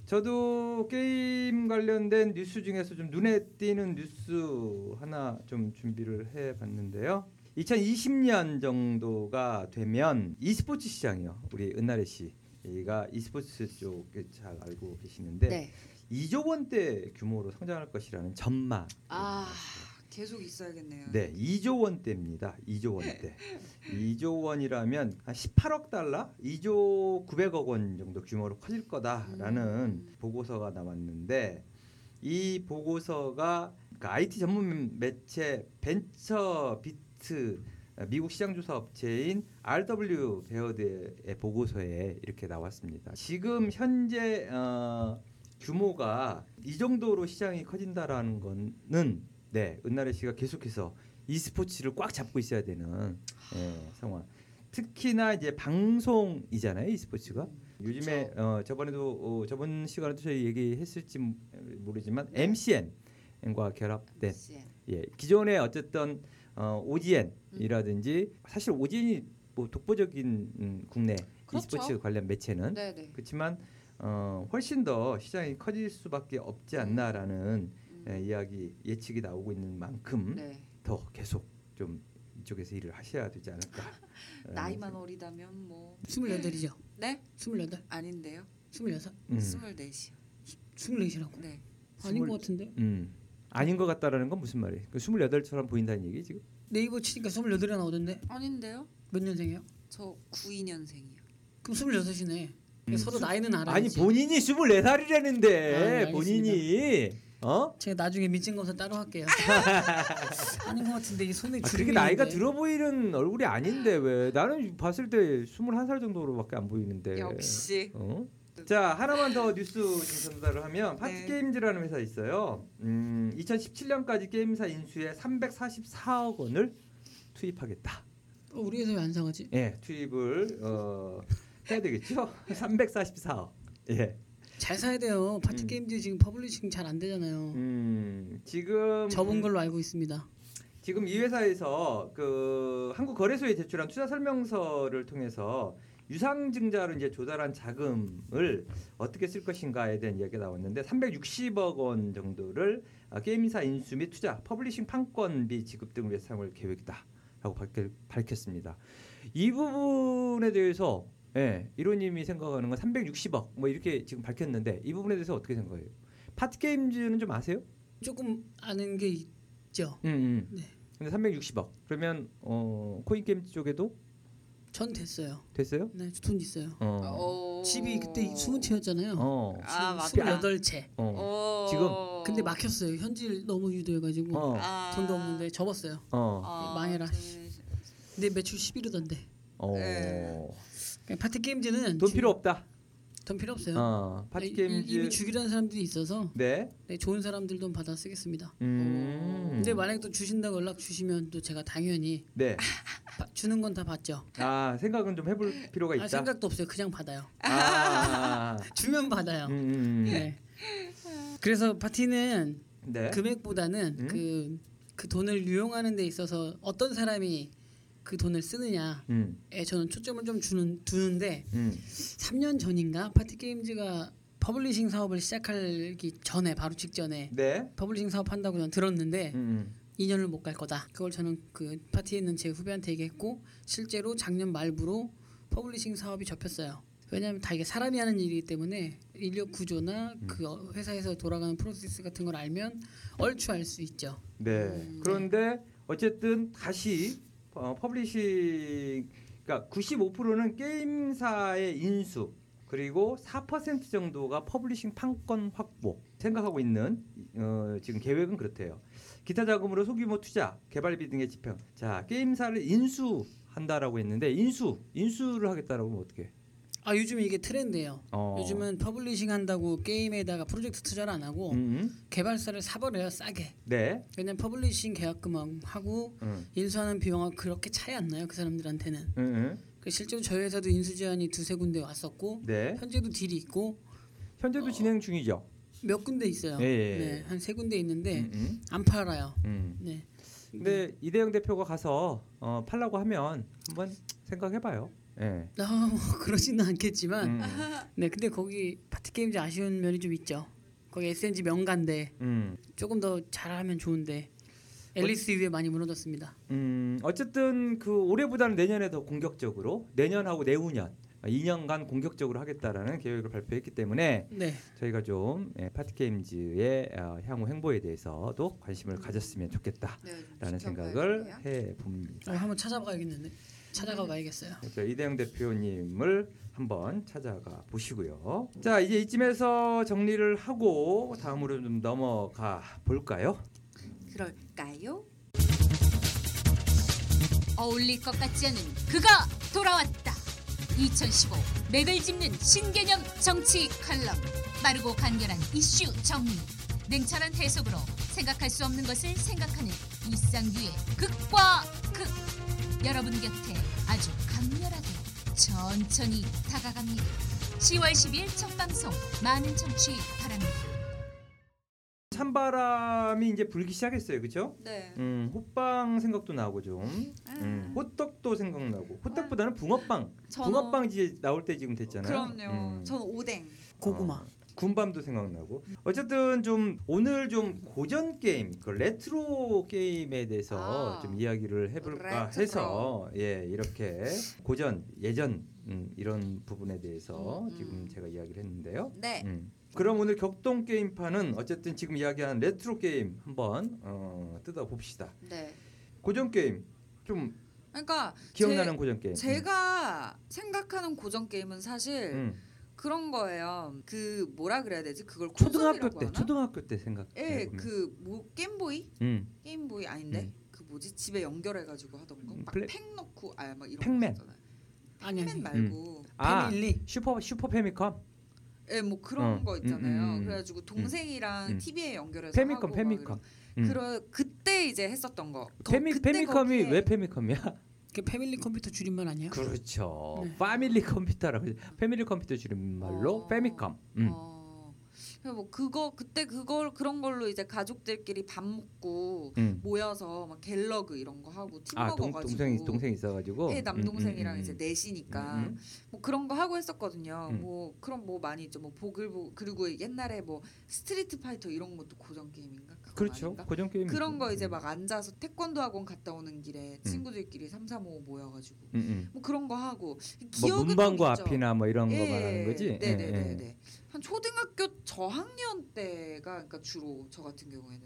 Speaker 1: 저도 게임 관련된 뉴스 중에서 좀 눈에 띄는 뉴스 하나 좀 준비를 해봤는데요. 2020년 정도가 되면 e스포츠 시장이요. 우리 은나래 씨가 e스포츠 쪽에 잘 알고 계시는데
Speaker 2: 네.
Speaker 1: 2조 원대 규모로 성장할 것이라는 전망.
Speaker 2: 아 계속 있어야겠네요. 네.
Speaker 1: 네, 2조 원대입니다. 2조 원대. 2조 원이라면 한 18억 달러, 2조 900억 원 정도 규모로 커질 거다라는
Speaker 2: 음.
Speaker 1: 보고서가 나왔는데 이 보고서가 그러니까 IT 전문 매체 벤처 비트 미국 시장 조사 업체인 RW 베어드의 보고서에 이렇게 나왔습니다. 지금 현재 어, 규모가 이 정도로 시장이 커진다라는 거는 네 은나래 씨가 계속해서 e스포츠를 꽉 잡고 있어야 되는 예, 상황. 특히나 이제 방송이잖아요 e스포츠가. 요즘에 어, 저번에도 어, 저번 시간에도 저희 얘기했을지 모르지만 MCN과 결합된
Speaker 2: 네.
Speaker 1: 예, 기존에 어쨌든 어, OGN이라든지 사실 OGN이 뭐 독보적인 음, 국내
Speaker 2: 그렇죠.
Speaker 1: e스포츠 관련 매체는
Speaker 2: 네, 네.
Speaker 1: 그렇지만 어, 훨씬 더 시장이 커질 수밖에 없지 않나라는 예, 이야기 예측이 나오고 있는 만큼
Speaker 2: 음. 네.
Speaker 1: 더 계속 좀 이쪽에서 일을 하셔야 되지 않을까. 예.
Speaker 2: 나이만 어리다면 뭐.
Speaker 3: 28이죠.
Speaker 2: 네?
Speaker 3: 28,
Speaker 2: 아닌데요.
Speaker 3: 26,
Speaker 1: 음,
Speaker 2: 스물넷이요.
Speaker 3: 24이라고.
Speaker 2: 네.
Speaker 3: 아닌
Speaker 1: 스물-
Speaker 3: 것 같은데.
Speaker 1: 음. 아닌 것 같다라는 건 무슨 말이에요? 그 28처럼 보인다는 얘기 지금?
Speaker 3: 네이버 치니까 28이 나오던데.
Speaker 2: 아닌데요.
Speaker 3: 몇 년생이에요?
Speaker 2: 저 92년생이요.
Speaker 3: 그럼 26이네.
Speaker 1: 음.
Speaker 3: 서로 나이는 알아야지.
Speaker 1: 아니 본인이 24살이라는데
Speaker 3: 아,
Speaker 1: 본인이 어?
Speaker 3: 제가 나중에 민증 검사 따로
Speaker 1: [LAUGHS]
Speaker 3: 할게요. 아닌 것 같은데 이 손에
Speaker 1: 아,
Speaker 3: 주름이
Speaker 1: 그렇게 나이가
Speaker 3: 있는데.
Speaker 1: 들어 보이는 얼굴이 아닌데 왜 나는 봤을 때 21살 정도로밖에 안 보이는데.
Speaker 2: 역시.
Speaker 1: 어? 자 하나만 더 뉴스 좀 전달을 하면 파티
Speaker 2: 네.
Speaker 1: 게임즈라는 회사 있어요. 음, 2017년까지 게임사 인수에 344억 원을 투입하겠다.
Speaker 3: 어, 우리 회사 왜안 사가지?
Speaker 1: 예, 투입을 어, 해야 되겠죠? [LAUGHS] 344억. 예.
Speaker 3: 잘 사야 돼요. 파티
Speaker 1: 음.
Speaker 3: 게임즈 지금 퍼블리싱 잘 안 되잖아요.
Speaker 1: 음, 지금
Speaker 3: 접은 걸로 알고 있습니다.
Speaker 1: 지금 이 회사에서 그 한국 거래소에 제출한 투자 설명서를 통해서 유상증자로 이제 조달한 자금을 어떻게 쓸 것인가에 대한 이야기가 나왔는데 360억 원 정도를 아, 게임사 인수 및 투자, 퍼블리싱 판권비 지급 등을 위해 사용할 계획이다라고 밝혀- 밝혔습니다. 이 부분에 대해서 예, 이로님이 생각하는 건 360억 뭐 이렇게 지금 밝혔는데 이 부분에 대해서 어떻게 생각해요? 파티 게임즈는 좀 아세요?
Speaker 3: 조금 아는 게 있죠.
Speaker 1: 음, 음.
Speaker 3: 네.
Speaker 1: 근데 360억. 그러면 어 코인 게임 쪽에도
Speaker 3: 전 됐어요.
Speaker 1: 됐어요?
Speaker 3: 네, 저 돈 있어요.
Speaker 1: 어.
Speaker 3: 집이 그때 20채였잖아요.
Speaker 1: 어.
Speaker 2: 아, 맞다.
Speaker 3: 28채.
Speaker 1: 어.
Speaker 2: 어.
Speaker 1: 지금.
Speaker 3: 근데 막혔어요. 현질 너무 유도해가지고
Speaker 1: 어.
Speaker 2: 아. 네.
Speaker 3: 돈도 없는데 접었어요.
Speaker 1: 어.
Speaker 3: 망해라.
Speaker 2: 저는-
Speaker 3: 근데 매출 11위던데. 그러니까
Speaker 1: 어.
Speaker 2: 네.
Speaker 3: 파티 게임즈는
Speaker 1: 돈
Speaker 3: 지금
Speaker 1: 필요 없다.
Speaker 3: 돈 필요 없어요.
Speaker 1: 어.
Speaker 3: 이-
Speaker 1: 파티
Speaker 3: 네. 아, 이-
Speaker 1: 게임
Speaker 3: 이미 주기라는 사람들이 있어서
Speaker 1: 네.
Speaker 3: 네, 좋은 사람들 돈 받아 쓰겠습니다.
Speaker 1: 음.
Speaker 3: 근데 만약에 또 주신다고 연락 주시면 또 제가 당연히
Speaker 1: 네.
Speaker 3: 바- 주는 건 다 받죠.
Speaker 1: 아, 생각은 좀 해볼
Speaker 3: [LAUGHS]
Speaker 1: 필요가 있다.
Speaker 3: 아, 생각도 없어요. 그냥 받아요. [LAUGHS]
Speaker 1: 아.
Speaker 3: 주면 받아요.
Speaker 1: 음, 음. 네.
Speaker 3: 네. 그래서 파티는
Speaker 1: 네.
Speaker 3: 그- 금액보다는
Speaker 1: 음?
Speaker 3: 그, 그 돈을 유용하는 데 있어서 어떤 사람이 그 돈을 쓰느냐에
Speaker 1: 음.
Speaker 3: 저는 초점을 좀 주는 두는데
Speaker 1: 음.
Speaker 3: 3년 전인가 파티 게임즈가 퍼블리싱 사업을 시작하기 전에 바로 직전에
Speaker 1: 네.
Speaker 3: 퍼블리싱 사업 한다고 저는 들었는데
Speaker 1: 음, 음.
Speaker 3: 2년을 못 갈 거다. 그걸 저는 그 파티에 있는 제 후배한테 얘기했고 실제로 작년 말부로 퍼블리싱 사업이 접혔어요. 왜냐하면 다 이게 사람이 하는 일이기 때문에 인력 구조나
Speaker 1: 음.
Speaker 3: 그 어- 회사에서 돌아가는 프로세스 같은 걸 알면 얼추 알 수 있죠.
Speaker 1: 네.
Speaker 2: 음.
Speaker 1: 그런데 어쨌든 다시 어, 퍼블리싱 그러니까 95%는 게임사의 인수 그리고 4% 정도가 퍼블리싱 판권 확보 생각하고 있는 어, 지금 계획은 그렇대요. 기타 자금으로 소규모 투자, 개발비 등의 집행. 자 게임사를 인수한다라고 했는데 인수 인수를 하겠다라고 하면 어떻게?
Speaker 3: 아 요즘 이게 트렌드예요.
Speaker 1: 어.
Speaker 3: 요즘은 퍼블리싱 한다고 게임에다가 프로젝트 투자를 안 하고
Speaker 1: 음,
Speaker 3: 개발사를 사버려요 싸게.
Speaker 1: 네.
Speaker 3: 왜냐면 퍼블리싱 계약금하고
Speaker 1: 음,
Speaker 3: 인수하는 비용하고 그렇게 차이 안 나요 그 사람들한테는.
Speaker 1: 음, 음,
Speaker 3: 그 실제로 저희 회사도 인수 제안이 두세 군데 왔었고
Speaker 1: 네.
Speaker 3: 현재도 딜이 있고
Speaker 1: 현재도 진행 중이죠.
Speaker 3: 몇 군데 있어요.
Speaker 1: 예, 예, 예.
Speaker 3: 네, 한 세 군데 있는데
Speaker 1: 음, 음,
Speaker 3: 안 팔아요.
Speaker 1: 음.
Speaker 3: 네.
Speaker 2: 음.
Speaker 1: 근데 이대영 대표가 가서 어, 팔라고 하면 한번 생각해봐요. 예.
Speaker 3: 아, 뭐 [LAUGHS] 그러지는
Speaker 1: 음,
Speaker 3: 않겠지만 네 근데 거기 파티 게임즈 아쉬운 면이 좀 있죠. 거기 SNG 명가인데
Speaker 1: 음.
Speaker 3: 조금 더 잘하면 좋은데 앨리스 이후에 많이 무너졌습니다.
Speaker 1: 음, 어쨌든 그 올해보다는 내년에 더 공격적으로 내년하고 내후년 아, 2년간 공격적으로 하겠다라는 계획을 발표했기 때문에
Speaker 3: 네.
Speaker 1: 저희가 좀 예, 파티게임즈의 어, 향후 행보에 대해서도 관심을 가졌으면 좋겠다라는
Speaker 2: 네,
Speaker 1: 생각을
Speaker 2: 지켜봐야겠네요.
Speaker 1: 해 봅니다.
Speaker 3: 어, 한번 찾아봐야겠는데 찾아가 봐야겠어요.
Speaker 1: 그래서 그러니까 이대영 대표님을 한번 찾아가 보시고요. 자 이제 이쯤에서 정리를 하고 다음으로 좀 넘어가 볼까요?
Speaker 2: 그럴까요?
Speaker 4: 어울릴 것 같지 않은 그가 돌아왔다. 2015 맥을 짚는 신개념 정치 칼럼 빠르고 간결한 이슈 정리 냉철한 해석으로 생각할 수 없는 것을 생각하는 일상유의 극과 극 여러분 곁에 아주 강렬하게 천천히 다가갑니다. 10월 10일 첫 방송 많은 청취 바랍니다.
Speaker 1: 찬바람이 이제 불기 시작했어요, 그렇죠?
Speaker 2: 네.
Speaker 1: 음, 호빵 생각도 나고 좀 음, 호떡도 생각나고 호떡보다는 붕어빵
Speaker 2: 저는-
Speaker 1: 붕어빵 이제 나올 때 지금 됐잖아요.
Speaker 2: 그럼요.
Speaker 1: 음.
Speaker 2: 저는 오뎅.
Speaker 3: 고구마.
Speaker 1: 어, 군밤도 생각나고 어쨌든 좀 오늘 좀 고전 게임 그 레트로 게임에 대해서
Speaker 2: 아,
Speaker 1: 좀 이야기를 해볼까
Speaker 2: 레트로.
Speaker 1: 해서 예 이렇게 고전 예전 음, 이런 부분에 대해서
Speaker 2: 음, 음.
Speaker 1: 지금 제가 이야기를 했는데요.
Speaker 2: 네.
Speaker 1: 음. 그럼 오늘 격동 게임판은 어쨌든 지금 이야기한 레트로 게임 한번 어, 뜯어 봅시다.
Speaker 2: 네.
Speaker 1: 고전 게임 좀
Speaker 2: 그러니까
Speaker 1: 기억나는 고전 게임.
Speaker 2: 제, 제가 생각하는 고전 게임은 사실
Speaker 1: 음.
Speaker 2: 그런 거예요. 그 뭐라 그래야 되지? 그걸
Speaker 1: 초등학교
Speaker 2: 콘솔이라고
Speaker 1: 때
Speaker 2: 하나?
Speaker 1: 초등학교 때 생각.
Speaker 2: 예, 그뭐 게임보이?
Speaker 1: 음.
Speaker 2: 게임보이 아닌데 그 뭐지? 집에 연결해 가지고 하던
Speaker 1: 음,
Speaker 2: 거막
Speaker 1: 플레-
Speaker 2: 팽 넣고 아막 이런
Speaker 1: 팩맨.
Speaker 2: 거 있잖아요.
Speaker 3: 아니
Speaker 2: 팩맨
Speaker 3: 아니.
Speaker 2: 말고
Speaker 1: 아
Speaker 3: 패밀리.
Speaker 1: 슈퍼 슈퍼 패미컴
Speaker 2: 예, 뭐 그런
Speaker 1: 어,
Speaker 2: 거 있잖아요.
Speaker 1: 음, 음, 음.
Speaker 2: 그래가지고 동생이랑
Speaker 1: 음.
Speaker 2: TV에 연결해서 하고
Speaker 1: 패미컴
Speaker 2: 막
Speaker 1: 패미컴.
Speaker 2: 이런-
Speaker 1: 음.
Speaker 2: 그러 그때 이제 했었던 거. 거-
Speaker 1: 패미
Speaker 2: 그때
Speaker 1: 패미컴이
Speaker 2: 거기에-
Speaker 1: 왜 패미컴이야?
Speaker 3: 그 패밀리 컴퓨터 줄임말 아니야?
Speaker 1: [LAUGHS] 그렇죠.
Speaker 3: 네.
Speaker 1: 패밀리 컴퓨터라고 해서 패밀리 컴퓨터 줄임말로
Speaker 2: 어.
Speaker 1: 패미컴. 음.
Speaker 2: 어. 그래서 뭐 그거 그때 그걸 그런 걸로 이제 가족들끼리 밥 먹고
Speaker 1: 음.
Speaker 2: 모여서 막 갤러그 이런 거 하고 팀
Speaker 1: 아 동,
Speaker 2: 먹어가지고
Speaker 1: 동생이 동생이 있어가지고.
Speaker 2: 예, 남동생이랑 이제 넷이니까
Speaker 1: 음, 음.
Speaker 2: 뭐 그런 거 하고 했었거든요.
Speaker 1: 음.
Speaker 2: 뭐 그런 뭐 많이 있죠. 뭐 보글보 그리고 옛날에 뭐 스트리트 파이터 이런 것도 고전 게임인가? 그건
Speaker 1: 그렇죠.
Speaker 2: 아닌가?
Speaker 1: 고정 음. 게임.
Speaker 2: 그런 거 이제 막 앉아서 태권도 학원 갔다 오는 길에 친구들끼리 삼삼오오 모여가지고
Speaker 1: 음, 음.
Speaker 2: 뭐 그런 거 하고
Speaker 1: 뭐
Speaker 2: 기억은
Speaker 1: 문방구
Speaker 2: 좀 있죠.
Speaker 1: 앞이나 뭐 이런
Speaker 2: 예,
Speaker 1: 거 말하는 거지. 예,
Speaker 2: 네네네네.
Speaker 1: 예.
Speaker 2: 한 초등학교 저학년 때가 그러니까 주로 저 같은 경우에는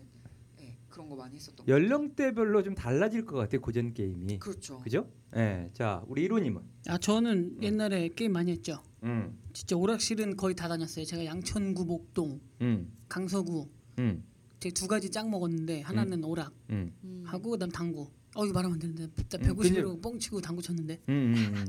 Speaker 2: 예, 그런 거 많이 했었던 거.
Speaker 1: 연령대별로 좀 달라질 것 같아 요 고전 게임이.
Speaker 2: 그렇죠.
Speaker 1: 그죠? 예. 자, 우리 이로님은.
Speaker 3: 아 저는 옛날에 게임 많이 했죠.
Speaker 1: 음.
Speaker 3: 진짜 오락실은 거의 다 다녔어요. 제가 양천구, 목동,
Speaker 1: 음.
Speaker 3: 강서구
Speaker 1: 음.
Speaker 3: 제 두 가지 짝 먹었는데 하나는 오락
Speaker 1: 음.
Speaker 2: 음.
Speaker 3: 하고 그다음 당구. 어 이거 말하면 안 되는데 나
Speaker 1: 음,
Speaker 3: 150으로 뻥치고 당구 쳤는데.
Speaker 1: 음. 음. 음.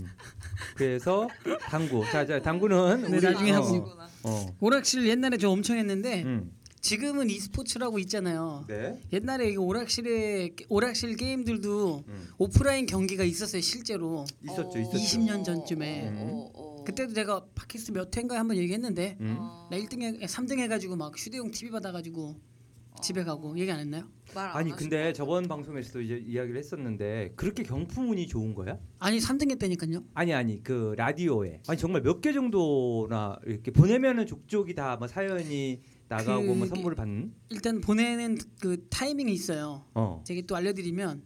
Speaker 1: 그래서 당구. 자, 자, 당구는
Speaker 3: 네,
Speaker 1: 우리-
Speaker 3: 나중에
Speaker 1: 어,
Speaker 3: 하고.
Speaker 1: 어.
Speaker 3: 오락실 옛날에 저 엄청 했는데
Speaker 1: 음.
Speaker 3: 지금은 e스포츠라고 있잖아요.
Speaker 1: 네.
Speaker 3: 옛날에 이 오락실에 오락실 게임들도
Speaker 1: 음.
Speaker 3: 오프라인 경기가 있었어요 실제로.
Speaker 1: 있었죠,
Speaker 2: 어,
Speaker 1: 있었죠.
Speaker 3: 20 년 전쯤에.
Speaker 2: 어, 어, 어.
Speaker 3: 그때도 내가 팟캐스트 몇 회인가에 한번 얘기했는데
Speaker 1: 음.
Speaker 2: 어.
Speaker 3: 나 1등 해, 3등 해가지고 막 휴대용 TV 받아가지고 집에 가고 얘기 안 했나요?
Speaker 2: 말안
Speaker 1: 아니
Speaker 2: 하시고.
Speaker 1: 근데 저번 방송에서도 이제 이야기를 했었는데 그렇게 경품운이 좋은 거야?
Speaker 3: 아니 3등 했다니까요.
Speaker 1: 아니 아니 그 라디오에 아니 정말 몇 개 정도나 이렇게 보내면은 족족이 다 뭐 사연이 나가고 뭐
Speaker 3: 그게-
Speaker 1: 선물을 받는
Speaker 3: 일단 보내는 그 타이밍이 있어요.
Speaker 1: 어
Speaker 3: 제가 또 알려드리면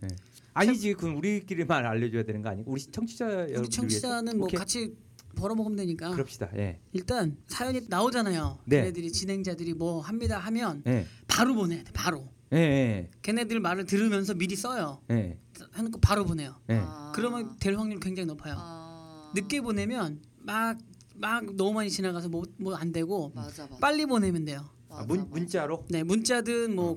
Speaker 1: 아니지 그건 우리끼리만 알려줘야 되는 거 아니 우리 청취자 여러분
Speaker 3: 우리 청취자는 뭐 아. 같이 벌어먹으면 되니까
Speaker 1: 그럽시다 예
Speaker 3: 일단 사연이 나오잖아요.
Speaker 1: 네.
Speaker 3: 걔네들이 진행자들이 뭐 합니다 하면
Speaker 1: 예.
Speaker 3: 바로 보내야 돼 바로.
Speaker 1: 예,
Speaker 3: 걔네들 말을 들으면서 미리 써요.
Speaker 1: 예, 예,
Speaker 3: 하는 거 바로 보내요.
Speaker 1: 예.
Speaker 2: 아.
Speaker 3: 그러면 될 확률 굉장히 높아요.
Speaker 2: 아.
Speaker 3: 늦게 보내면 막 막 너무 많이 지나가서 뭐 뭐 안 되고
Speaker 2: 맞아 맞아.
Speaker 3: 빨리 보내면 돼요.
Speaker 1: 아, 문 문자로.
Speaker 3: 네 문자든 뭐
Speaker 2: 음.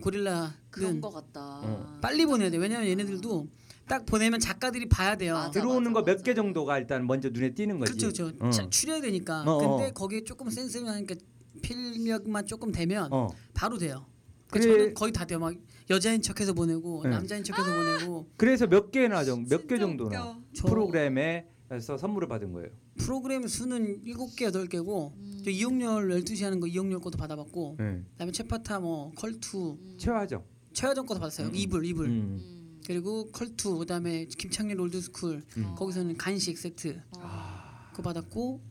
Speaker 2: 그런
Speaker 3: 고릴라든
Speaker 2: 거 같다.
Speaker 1: 어.
Speaker 3: 빨리 보내야 돼. 왜냐면 얘네들도 딱 보내면 작가들이 봐야 돼요.
Speaker 2: 맞아.
Speaker 1: 들어오는 거
Speaker 2: 맞아.
Speaker 1: 몇 개 정도가 일단 먼저 눈에 띄는 거지.
Speaker 3: 그렇죠, 그렇죠.
Speaker 1: 어.
Speaker 3: 자, 추려야 되니까.
Speaker 1: 어, 어.
Speaker 3: 근데 거기에 조금 센스가 나니까 필력만 조금 되면
Speaker 1: 어.
Speaker 3: 바로 돼요.
Speaker 1: 그래.
Speaker 3: 그래서 저는 거의 다 돼요. 막 여자인 척해서 보내고
Speaker 1: 네.
Speaker 3: 남자인 척해서 보내고
Speaker 1: 그래서 몇 개나 정, 몇 개
Speaker 2: 진짜
Speaker 1: 정도나
Speaker 2: 웃겨.
Speaker 3: 저
Speaker 1: 프로그램에서 선물을 받은 거예요.
Speaker 3: 프로그램 수는 7개, 8개고
Speaker 2: 음.
Speaker 3: 저 이용렬 12시 하는 거 이용렬 것도 받아봤고
Speaker 1: 예.
Speaker 3: 그다음에 최파타 뭐 컬투
Speaker 2: 음.
Speaker 1: 최화정.
Speaker 3: 최화정 것도 받았어요.
Speaker 1: 음.
Speaker 3: 이불 이불
Speaker 1: 음.
Speaker 2: 음.
Speaker 3: 그리고 컬투 그다음에 김창렬 올드스쿨
Speaker 1: 음.
Speaker 3: 거기서는 간식 세트
Speaker 2: 어.
Speaker 3: 그거 받았고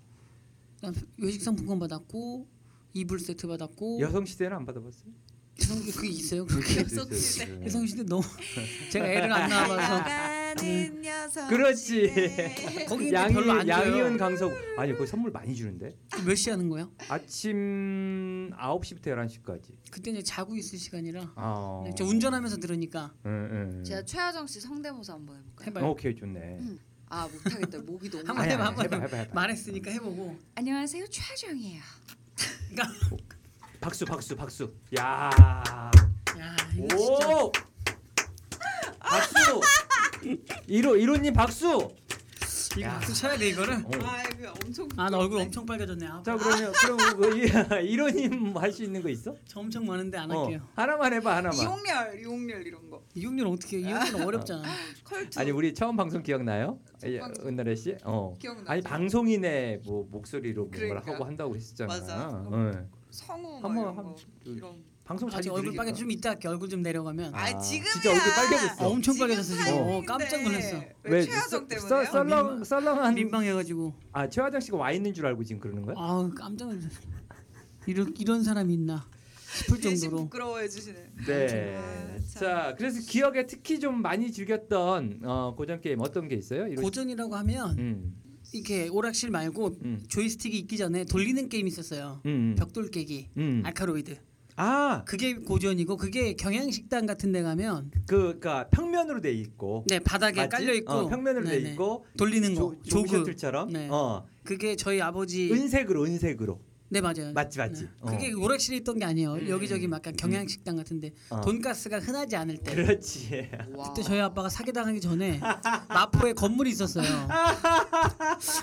Speaker 3: 그다음에 외식 상품권 받았고 이불 세트 받았고
Speaker 1: 여성 시대는 안 받아봤어요?
Speaker 3: 죄송한 게 그게 있어요. 그게
Speaker 2: 여성 시대.
Speaker 1: 예.
Speaker 3: 혜성 씨도 너무 [LAUGHS] 제가 애를 안 낳아봐서 음.
Speaker 2: 나가는 녀석.
Speaker 1: 그렇지.
Speaker 2: 시대.
Speaker 3: 거기
Speaker 1: 양이
Speaker 3: 별로 안
Speaker 1: 양이은
Speaker 3: 줘요.
Speaker 1: 강석 아니 그 선물 많이 주는데
Speaker 3: 몇 시 하는 거예요?
Speaker 1: 아침 9시부터 11시까지.
Speaker 3: 그때 이제 자고 있을 시간이라
Speaker 1: 아.
Speaker 3: 네, 저 운전하면서 들으니까
Speaker 1: 예, 예.
Speaker 2: [LAUGHS] 제가 최하정 씨 성대모사 한번 해볼까요?
Speaker 3: 해봐요.
Speaker 1: 오케이 좋네.
Speaker 2: 아 못하겠다. 목이 너무.
Speaker 3: 한번 해봐, 한번
Speaker 1: 해봐,
Speaker 3: 해봐.
Speaker 1: 해봐, 해봐.
Speaker 3: 말했으니까 해보고
Speaker 2: 안녕하세요 최하정이에요.
Speaker 1: 박수 박수 박수. 야.
Speaker 3: 야 이거 진짜
Speaker 1: 오. 박수. 이로 이로님 박수. 어.
Speaker 3: 이거
Speaker 1: 야.
Speaker 3: 박수 쳐야 돼 이거를
Speaker 1: 어.
Speaker 2: 아 이거 엄청.
Speaker 3: 아 나 얼굴 엄청 빨개졌네 아,
Speaker 1: 자 그러면 그럼 뭐, 이로님 [LAUGHS] 할 수 있는 거 있어?
Speaker 3: 저 엄청 많은데 안
Speaker 1: 어,
Speaker 3: 할게요
Speaker 1: 하나만 해봐 하나만.
Speaker 2: 이용렬 이용렬 이런 거.
Speaker 3: 이용률 어떻게 해? 이용률 어렵잖아
Speaker 2: 컬투.
Speaker 1: 아니 우리 처음 방송 기억나요? 예,
Speaker 2: 첫 방송.
Speaker 1: 은나래 씨? 어.
Speaker 2: 기억나.
Speaker 1: 아니 방송인의 뭐 목소리로 뭔가를
Speaker 2: 그러니까.
Speaker 1: 하고 한다고 그랬잖아.
Speaker 2: 맞아.
Speaker 1: 응.
Speaker 2: 성우 막
Speaker 1: 한번
Speaker 2: 이런
Speaker 1: 한-
Speaker 2: 거. 이런.
Speaker 1: 방송 자주
Speaker 3: 아직 얼굴
Speaker 1: 들으니까.
Speaker 3: 빨개 좀 이따 할게 얼굴 좀 내려가면
Speaker 1: 아,
Speaker 2: 아, 지금이야.
Speaker 1: 진짜 얼굴 빨개졌어.
Speaker 3: 아, 엄청
Speaker 2: 지금
Speaker 3: 빨개졌어, 지금.
Speaker 2: 타이밍인데.
Speaker 3: 어, 깜짝 놀랐어.
Speaker 2: 왜 최하정
Speaker 1: 썰-
Speaker 2: 때문에요?
Speaker 1: 썰- 썰렁
Speaker 3: 민망-
Speaker 1: 썰렁한
Speaker 3: 민망해가지고
Speaker 1: 아 최화정 씨가 와 있는 줄 알고 지금 그러는 거야?
Speaker 3: 아 깜짝 놀랐어 이런 이런 사람이 있나 싶을
Speaker 2: 진심
Speaker 3: 정도로
Speaker 2: 부끄러워해
Speaker 1: [LAUGHS]
Speaker 2: 주시네.
Speaker 1: 네.
Speaker 2: 아, 참.
Speaker 1: 자 그래서 기억에 특히 좀 많이 즐겼던 어, 고전 게임 어떤 게 있어요? 이런-
Speaker 3: 고전이라고 하면
Speaker 1: 음.
Speaker 3: 이렇게 오락실 말고
Speaker 1: 음.
Speaker 3: 조이스틱이 있기 전에 돌리는 게임 있었어요
Speaker 1: 음. 음.
Speaker 3: 벽돌 깨기
Speaker 1: 음.
Speaker 3: 알카로이드
Speaker 1: 아,
Speaker 3: 그게 고전이고 그게 경양식당 같은 데 가면
Speaker 1: 그, 그니까 평면으로 돼 음. 있고,
Speaker 3: 네 바닥에
Speaker 1: 맞지?
Speaker 3: 깔려 있고
Speaker 1: 어, 평면으로 돼
Speaker 3: 네네.
Speaker 1: 있고,
Speaker 3: 돌리는 거
Speaker 1: 조-
Speaker 3: 조, 그
Speaker 1: 조그셔틀처럼,
Speaker 3: 네.
Speaker 1: 어,
Speaker 3: 그게 저희 아버지
Speaker 1: 은색으로, 은색으로,
Speaker 3: 네 맞아요
Speaker 1: 맞지, 맞지.
Speaker 3: 네. 그게 오락실에 있던 게 아니에요 여기저기 막 약간 경양식당 같은데
Speaker 1: 음, 어.
Speaker 3: 돈가스가 흔하지 않을 때
Speaker 1: 그렇지.
Speaker 2: 와.
Speaker 3: 그때 저희 아빠가 사기당하기 전에 마포에 건물이
Speaker 1: [LAUGHS]
Speaker 3: 있었어요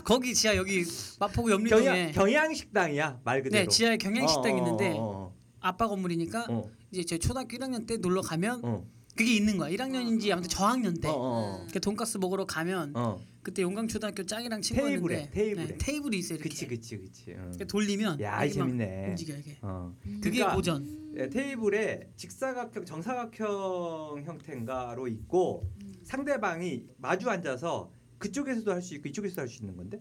Speaker 3: 거기 지하 여기 마포구
Speaker 1: 경양
Speaker 3: 염리동에
Speaker 1: 경양식당이야 말 그대로.
Speaker 3: 네 지하에 경양식당 이
Speaker 1: 어, 어,
Speaker 3: 있는데
Speaker 1: 어,
Speaker 3: 아빠 건물이니까
Speaker 1: 어, 어,
Speaker 3: 이제 제 초등학교 1학년 때 놀러 가면
Speaker 1: 어,
Speaker 3: 그게 있는 거야 1학년인지 아무튼 저학년 때
Speaker 1: 어, 어,
Speaker 3: 그 돈가스 먹으러 가면
Speaker 1: 어.
Speaker 3: 그때 용강초등학교 짱이랑 친구였는데 네,
Speaker 1: 테이블에, 테이블에.
Speaker 3: 테이블이 있어요 이렇게
Speaker 1: 그치, 그치, 그치. 응.
Speaker 3: 그러니까 돌리면
Speaker 1: 야, 이
Speaker 3: 이게 막
Speaker 1: 재밌네.
Speaker 3: 움직여 이게
Speaker 1: 어.
Speaker 3: 그게
Speaker 1: 그러니까
Speaker 3: 고전
Speaker 1: 예, 테이블에 직사각형, 정사각형 형태인가로 있고
Speaker 3: 음.
Speaker 1: 상대방이 마주 앉아서 그쪽에서도 할 수 있고 이쪽에서도 할 수 있는 건데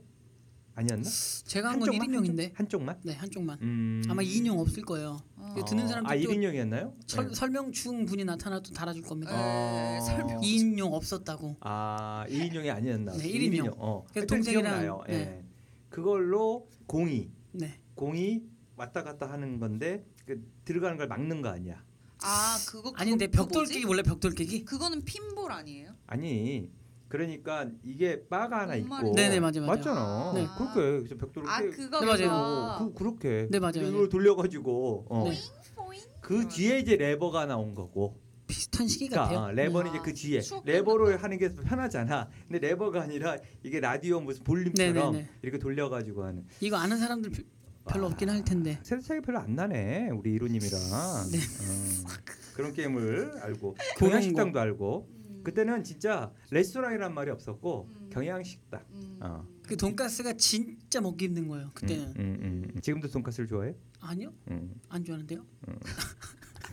Speaker 1: 아니었나?
Speaker 3: 제가 한 건 1인용인데
Speaker 1: 한쪽만?
Speaker 3: 네 한쪽만
Speaker 1: 음.
Speaker 3: 아마 2인용 없을 거예요
Speaker 2: 어.
Speaker 3: 이거 듣는 사람들도
Speaker 1: 아 1인용이었나요? 네.
Speaker 3: 철- 설명충 분이 나타나 또 달아줄 겁니다
Speaker 1: 어.
Speaker 2: 에, 네, 설명.
Speaker 3: 이 2인용 없었다고
Speaker 1: 아 2인용이 아니었나?
Speaker 3: 네,
Speaker 1: 일인용.
Speaker 3: 일인용.
Speaker 1: 어.
Speaker 3: 그래서
Speaker 1: 하여튼
Speaker 3: 동생이랑,
Speaker 1: 기억나요. 예.
Speaker 3: 네.
Speaker 1: 그걸로 공이
Speaker 3: 네
Speaker 1: 공이 왔다 갔다 하는 건데 그 들어가는 걸 막는 거 아니야?
Speaker 2: 아 그거
Speaker 3: 아닌데
Speaker 2: 그거 뭐지?
Speaker 3: 벽돌깨기 원래 벽돌깨기
Speaker 2: 그거는 핀볼 아니에요?
Speaker 1: 아니 그러니까 이게 바가 하나
Speaker 2: 엄마를-
Speaker 1: 있고
Speaker 3: 네네, 맞아요, 맞아요.
Speaker 1: 잖아 어,
Speaker 2: 네.
Speaker 1: 그렇게 그래서 벽돌을
Speaker 2: 아
Speaker 1: 깨-
Speaker 2: 그거
Speaker 3: 네, 맞아요.
Speaker 2: 그거.
Speaker 1: 그, 그렇게
Speaker 3: 네, 맞아요,
Speaker 1: 이걸
Speaker 3: 맞아요.
Speaker 1: 돌려가지고 어.
Speaker 3: 네.
Speaker 2: 포잉?
Speaker 1: 그 뒤에 이제 레버가 나온 거고
Speaker 3: 비슷한 시기
Speaker 1: 그러니까
Speaker 3: 같아요 네.
Speaker 1: 어, 레버는
Speaker 2: 아,
Speaker 1: 이제 그 뒤에
Speaker 2: 추억
Speaker 1: 레버로
Speaker 2: 돋는다.
Speaker 1: 하는 게 편하잖아 근데 레버가 아니라 이게 라디오 무슨 볼륨처럼
Speaker 3: 네네네.
Speaker 1: 이렇게 돌려가지고 하는
Speaker 3: 이거 아는 사람들 비- 별로
Speaker 1: 와.
Speaker 3: 없긴 할 텐데
Speaker 1: 세대 차이 별로 안 나네 우리 이로님이랑
Speaker 3: 네.
Speaker 1: 어, 그런 게임을 알고
Speaker 3: 거.
Speaker 1: 경양식당도 알고
Speaker 2: 음.
Speaker 1: 그때는 진짜 레스토랑이란 말이 없었고
Speaker 2: 음.
Speaker 1: 경양식당
Speaker 2: 음.
Speaker 1: 어.
Speaker 3: 그 돈가스가 진짜 먹기 힘든 거예요 그때는
Speaker 1: 음, 음, 음. 지금도 돈까스를 좋아해?
Speaker 3: 아니요
Speaker 1: 음.
Speaker 3: 안 좋아하는데요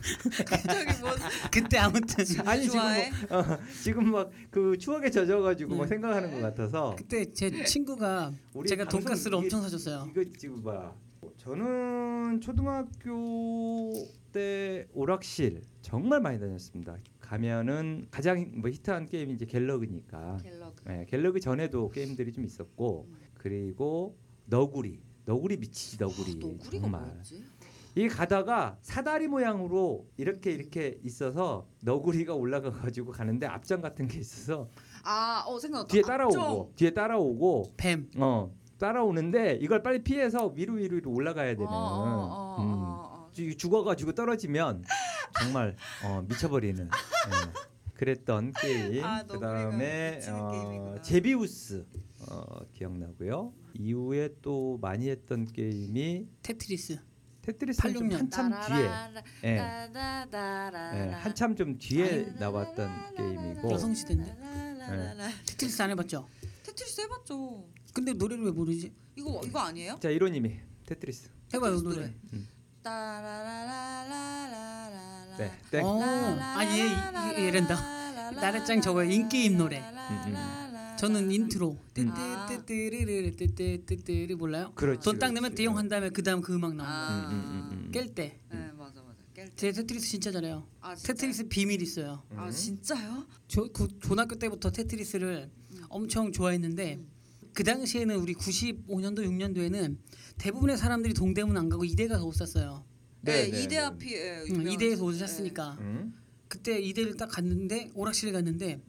Speaker 2: 갑자기
Speaker 1: [LAUGHS]
Speaker 2: 뭔
Speaker 3: 그때 아무튼
Speaker 1: 아니
Speaker 2: 좋아해?
Speaker 1: 지금 뭐, 어, 지금 막 그 추억에 젖어가지고 막
Speaker 3: 네.
Speaker 1: 생각하는 것 같아서
Speaker 3: 그때 제 친구가
Speaker 1: 네. 우리
Speaker 3: 제가
Speaker 1: 방송
Speaker 3: 돈가스를
Speaker 1: 이게-
Speaker 3: 엄청 사줬어요.
Speaker 1: 이거 지금 봐. 저는 초등학교 때 오락실 정말 많이 다녔습니다. 가면은 가장 뭐 히트한 게임이 이제 음. 갤러그니까.
Speaker 2: 갤러그.
Speaker 1: 예, 갤러그 전에도 게임들이 좀 있었고 그리고 아, 너구리. 너구리 미치지 너구리.
Speaker 2: 너구리가 뭐였지?
Speaker 1: 이 가다가 사다리 모양으로 이렇게 이렇게 있어서 너구리가 올라가 가지고 가는데 앞장 같은 게 있어서
Speaker 2: 아, 어 생각났다.
Speaker 1: 뒤에
Speaker 2: 앞쪽.
Speaker 1: 따라오고 뒤에 따라오고
Speaker 3: 뱀.
Speaker 1: 어 따라오는데 이걸 빨리 피해서 위로 위로 위로 올라가야 되는
Speaker 2: 어, 어, 어,
Speaker 1: 음.
Speaker 2: 어, 어.
Speaker 1: 죽- 죽어가지고 떨어지면 정말 어, 미쳐버리는 예. 그랬던 게임
Speaker 2: [LAUGHS] 아, 너구리가
Speaker 1: 그다음에 어,
Speaker 2: 미치는 게임이구나.
Speaker 1: 제비우스 어, 기억나고요 이후에 또 많이 했던 게임이
Speaker 3: 테트리스.
Speaker 1: 테트리스는 좀
Speaker 3: 86년.
Speaker 1: 한참
Speaker 2: 따라라라,
Speaker 1: 뒤에 예,
Speaker 2: 따다다라라.
Speaker 1: 예, 한참 좀 뒤에
Speaker 2: 아니,
Speaker 1: 나왔던 게임이고 네.
Speaker 3: 여성시대인데?
Speaker 2: 라라라라라.
Speaker 3: 테트리스 안 해봤죠?
Speaker 2: 테트리스 해봤죠.
Speaker 3: 근데 노래를 왜 모르지?
Speaker 2: 이거 이거 아니에요?
Speaker 1: 자 이로님이 테트리스
Speaker 3: 해봐요
Speaker 2: 테트리스
Speaker 3: 노래.
Speaker 2: 노래.
Speaker 1: 음.
Speaker 2: 따라라라라라라라.
Speaker 1: 네, 땡.
Speaker 3: 어. 아얘 얘랜다. 나래짱 저거요. 인기임 노래.
Speaker 1: 음,
Speaker 3: 저는 인트로.
Speaker 2: 아.
Speaker 3: 뜨뜨뜨르르 뜨뜨뜨뜨르 몰라요?
Speaker 1: 그렇지
Speaker 3: 돈 딱
Speaker 1: 그렇죠, 그렇지.
Speaker 3: 내면 대용 한 다음에 그 다음 그 음악 나오는
Speaker 2: 아.
Speaker 1: 음, 음, 음, 음.
Speaker 3: 거. 깰 때.
Speaker 2: 네, 맞아 맞아. 깰 때.
Speaker 3: 제 테트리스 진짜 잘해요.
Speaker 2: 아, 진짜요?
Speaker 3: 테트리스 비밀 있어요.
Speaker 2: 아
Speaker 1: 음.
Speaker 2: 진짜요?
Speaker 3: 저, 그 초등학교 때부터 테트리스를
Speaker 2: 음.
Speaker 3: 엄청 좋아했는데 그 당시에는 우리 95년도 6년도에는 대부분의 사람들이 동대문 안 가고 이대가 더 없었어요.
Speaker 2: 네,
Speaker 1: 네, 네,
Speaker 2: 이대
Speaker 1: 네.
Speaker 2: 앞이 예,
Speaker 3: 응,
Speaker 2: 유명하죠.
Speaker 3: 음,
Speaker 2: 예. 네.
Speaker 3: 이대에서 오셨으니까
Speaker 1: 음.
Speaker 3: 그때 이대를 딱 갔는데 오락실에 갔는데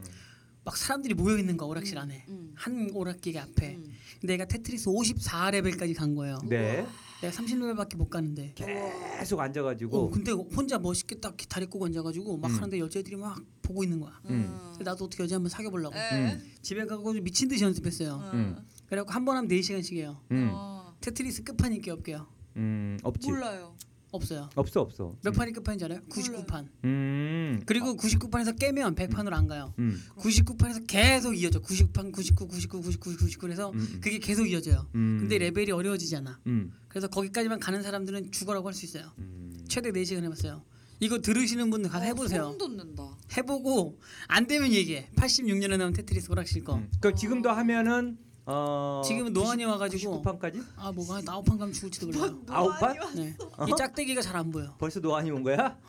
Speaker 3: 막 사람들이 모여 있는 거 오락실 안에
Speaker 2: 음.
Speaker 3: 한 오락기계 앞에
Speaker 2: 음.
Speaker 3: 내가 테트리스 54레벨까지 간 거예요.
Speaker 1: 네
Speaker 3: 내가 30레벨밖에 못 가는데.
Speaker 1: 계속
Speaker 3: 어,
Speaker 1: 앉아가지고
Speaker 3: 근데 혼자 멋있게 딱 다리 꼬고 앉아가지고 막
Speaker 1: 음.
Speaker 3: 하는데 여자애들이 막 보고 있는 거야.
Speaker 1: 음.
Speaker 2: 음.
Speaker 3: 나도 어떻게 여자 한번 사귀어 보려고
Speaker 2: 예.
Speaker 1: 음.
Speaker 3: 집에 가고 미친 듯이 연습했어요.
Speaker 1: 음.
Speaker 3: 그래갖고 한 번 하면 4시간씩이에요.
Speaker 1: 음,
Speaker 2: 어.
Speaker 3: 테트리스 끝판이 게 없게요.
Speaker 1: 음, 없지
Speaker 2: 몰라요.
Speaker 3: 없어요.
Speaker 1: 없어 없어
Speaker 3: 몇 판이 끝판인지 알아요? 99판.
Speaker 1: 음.
Speaker 3: 그리고 99판에서 깨면 100판으로 안 가요.
Speaker 1: 음.
Speaker 3: 99판에서 계속 이어져. 99판, 99, 99, 99, 99 해서
Speaker 1: 음.
Speaker 3: 그게 계속 이어져요.
Speaker 1: 음.
Speaker 3: 근데 레벨이 어려워지잖아.
Speaker 1: 음.
Speaker 3: 그래서 거기까지만 가는 사람들은 죽어라고 할 수 있어요.
Speaker 1: 음.
Speaker 3: 최대 4시간 해봤어요. 이거 들으시는 분들 가서
Speaker 2: 어,
Speaker 3: 아, 해보세요.
Speaker 2: 소름 돋는다.
Speaker 3: 해보고 안 되면 얘기해. 86년에 나온 테트리스 오락실 거.
Speaker 1: 음. 그러니까 지금도 하면은 어
Speaker 3: 지금은 노안이 와가지고
Speaker 1: 9판까지
Speaker 3: 아 뭐가 나홉판 가면 죽을지도 몰라요.
Speaker 1: 아홉 판
Speaker 3: 네.
Speaker 2: 어?
Speaker 3: 이 짝대기가 잘 안 보여.
Speaker 1: 벌써 노안이 온 거야?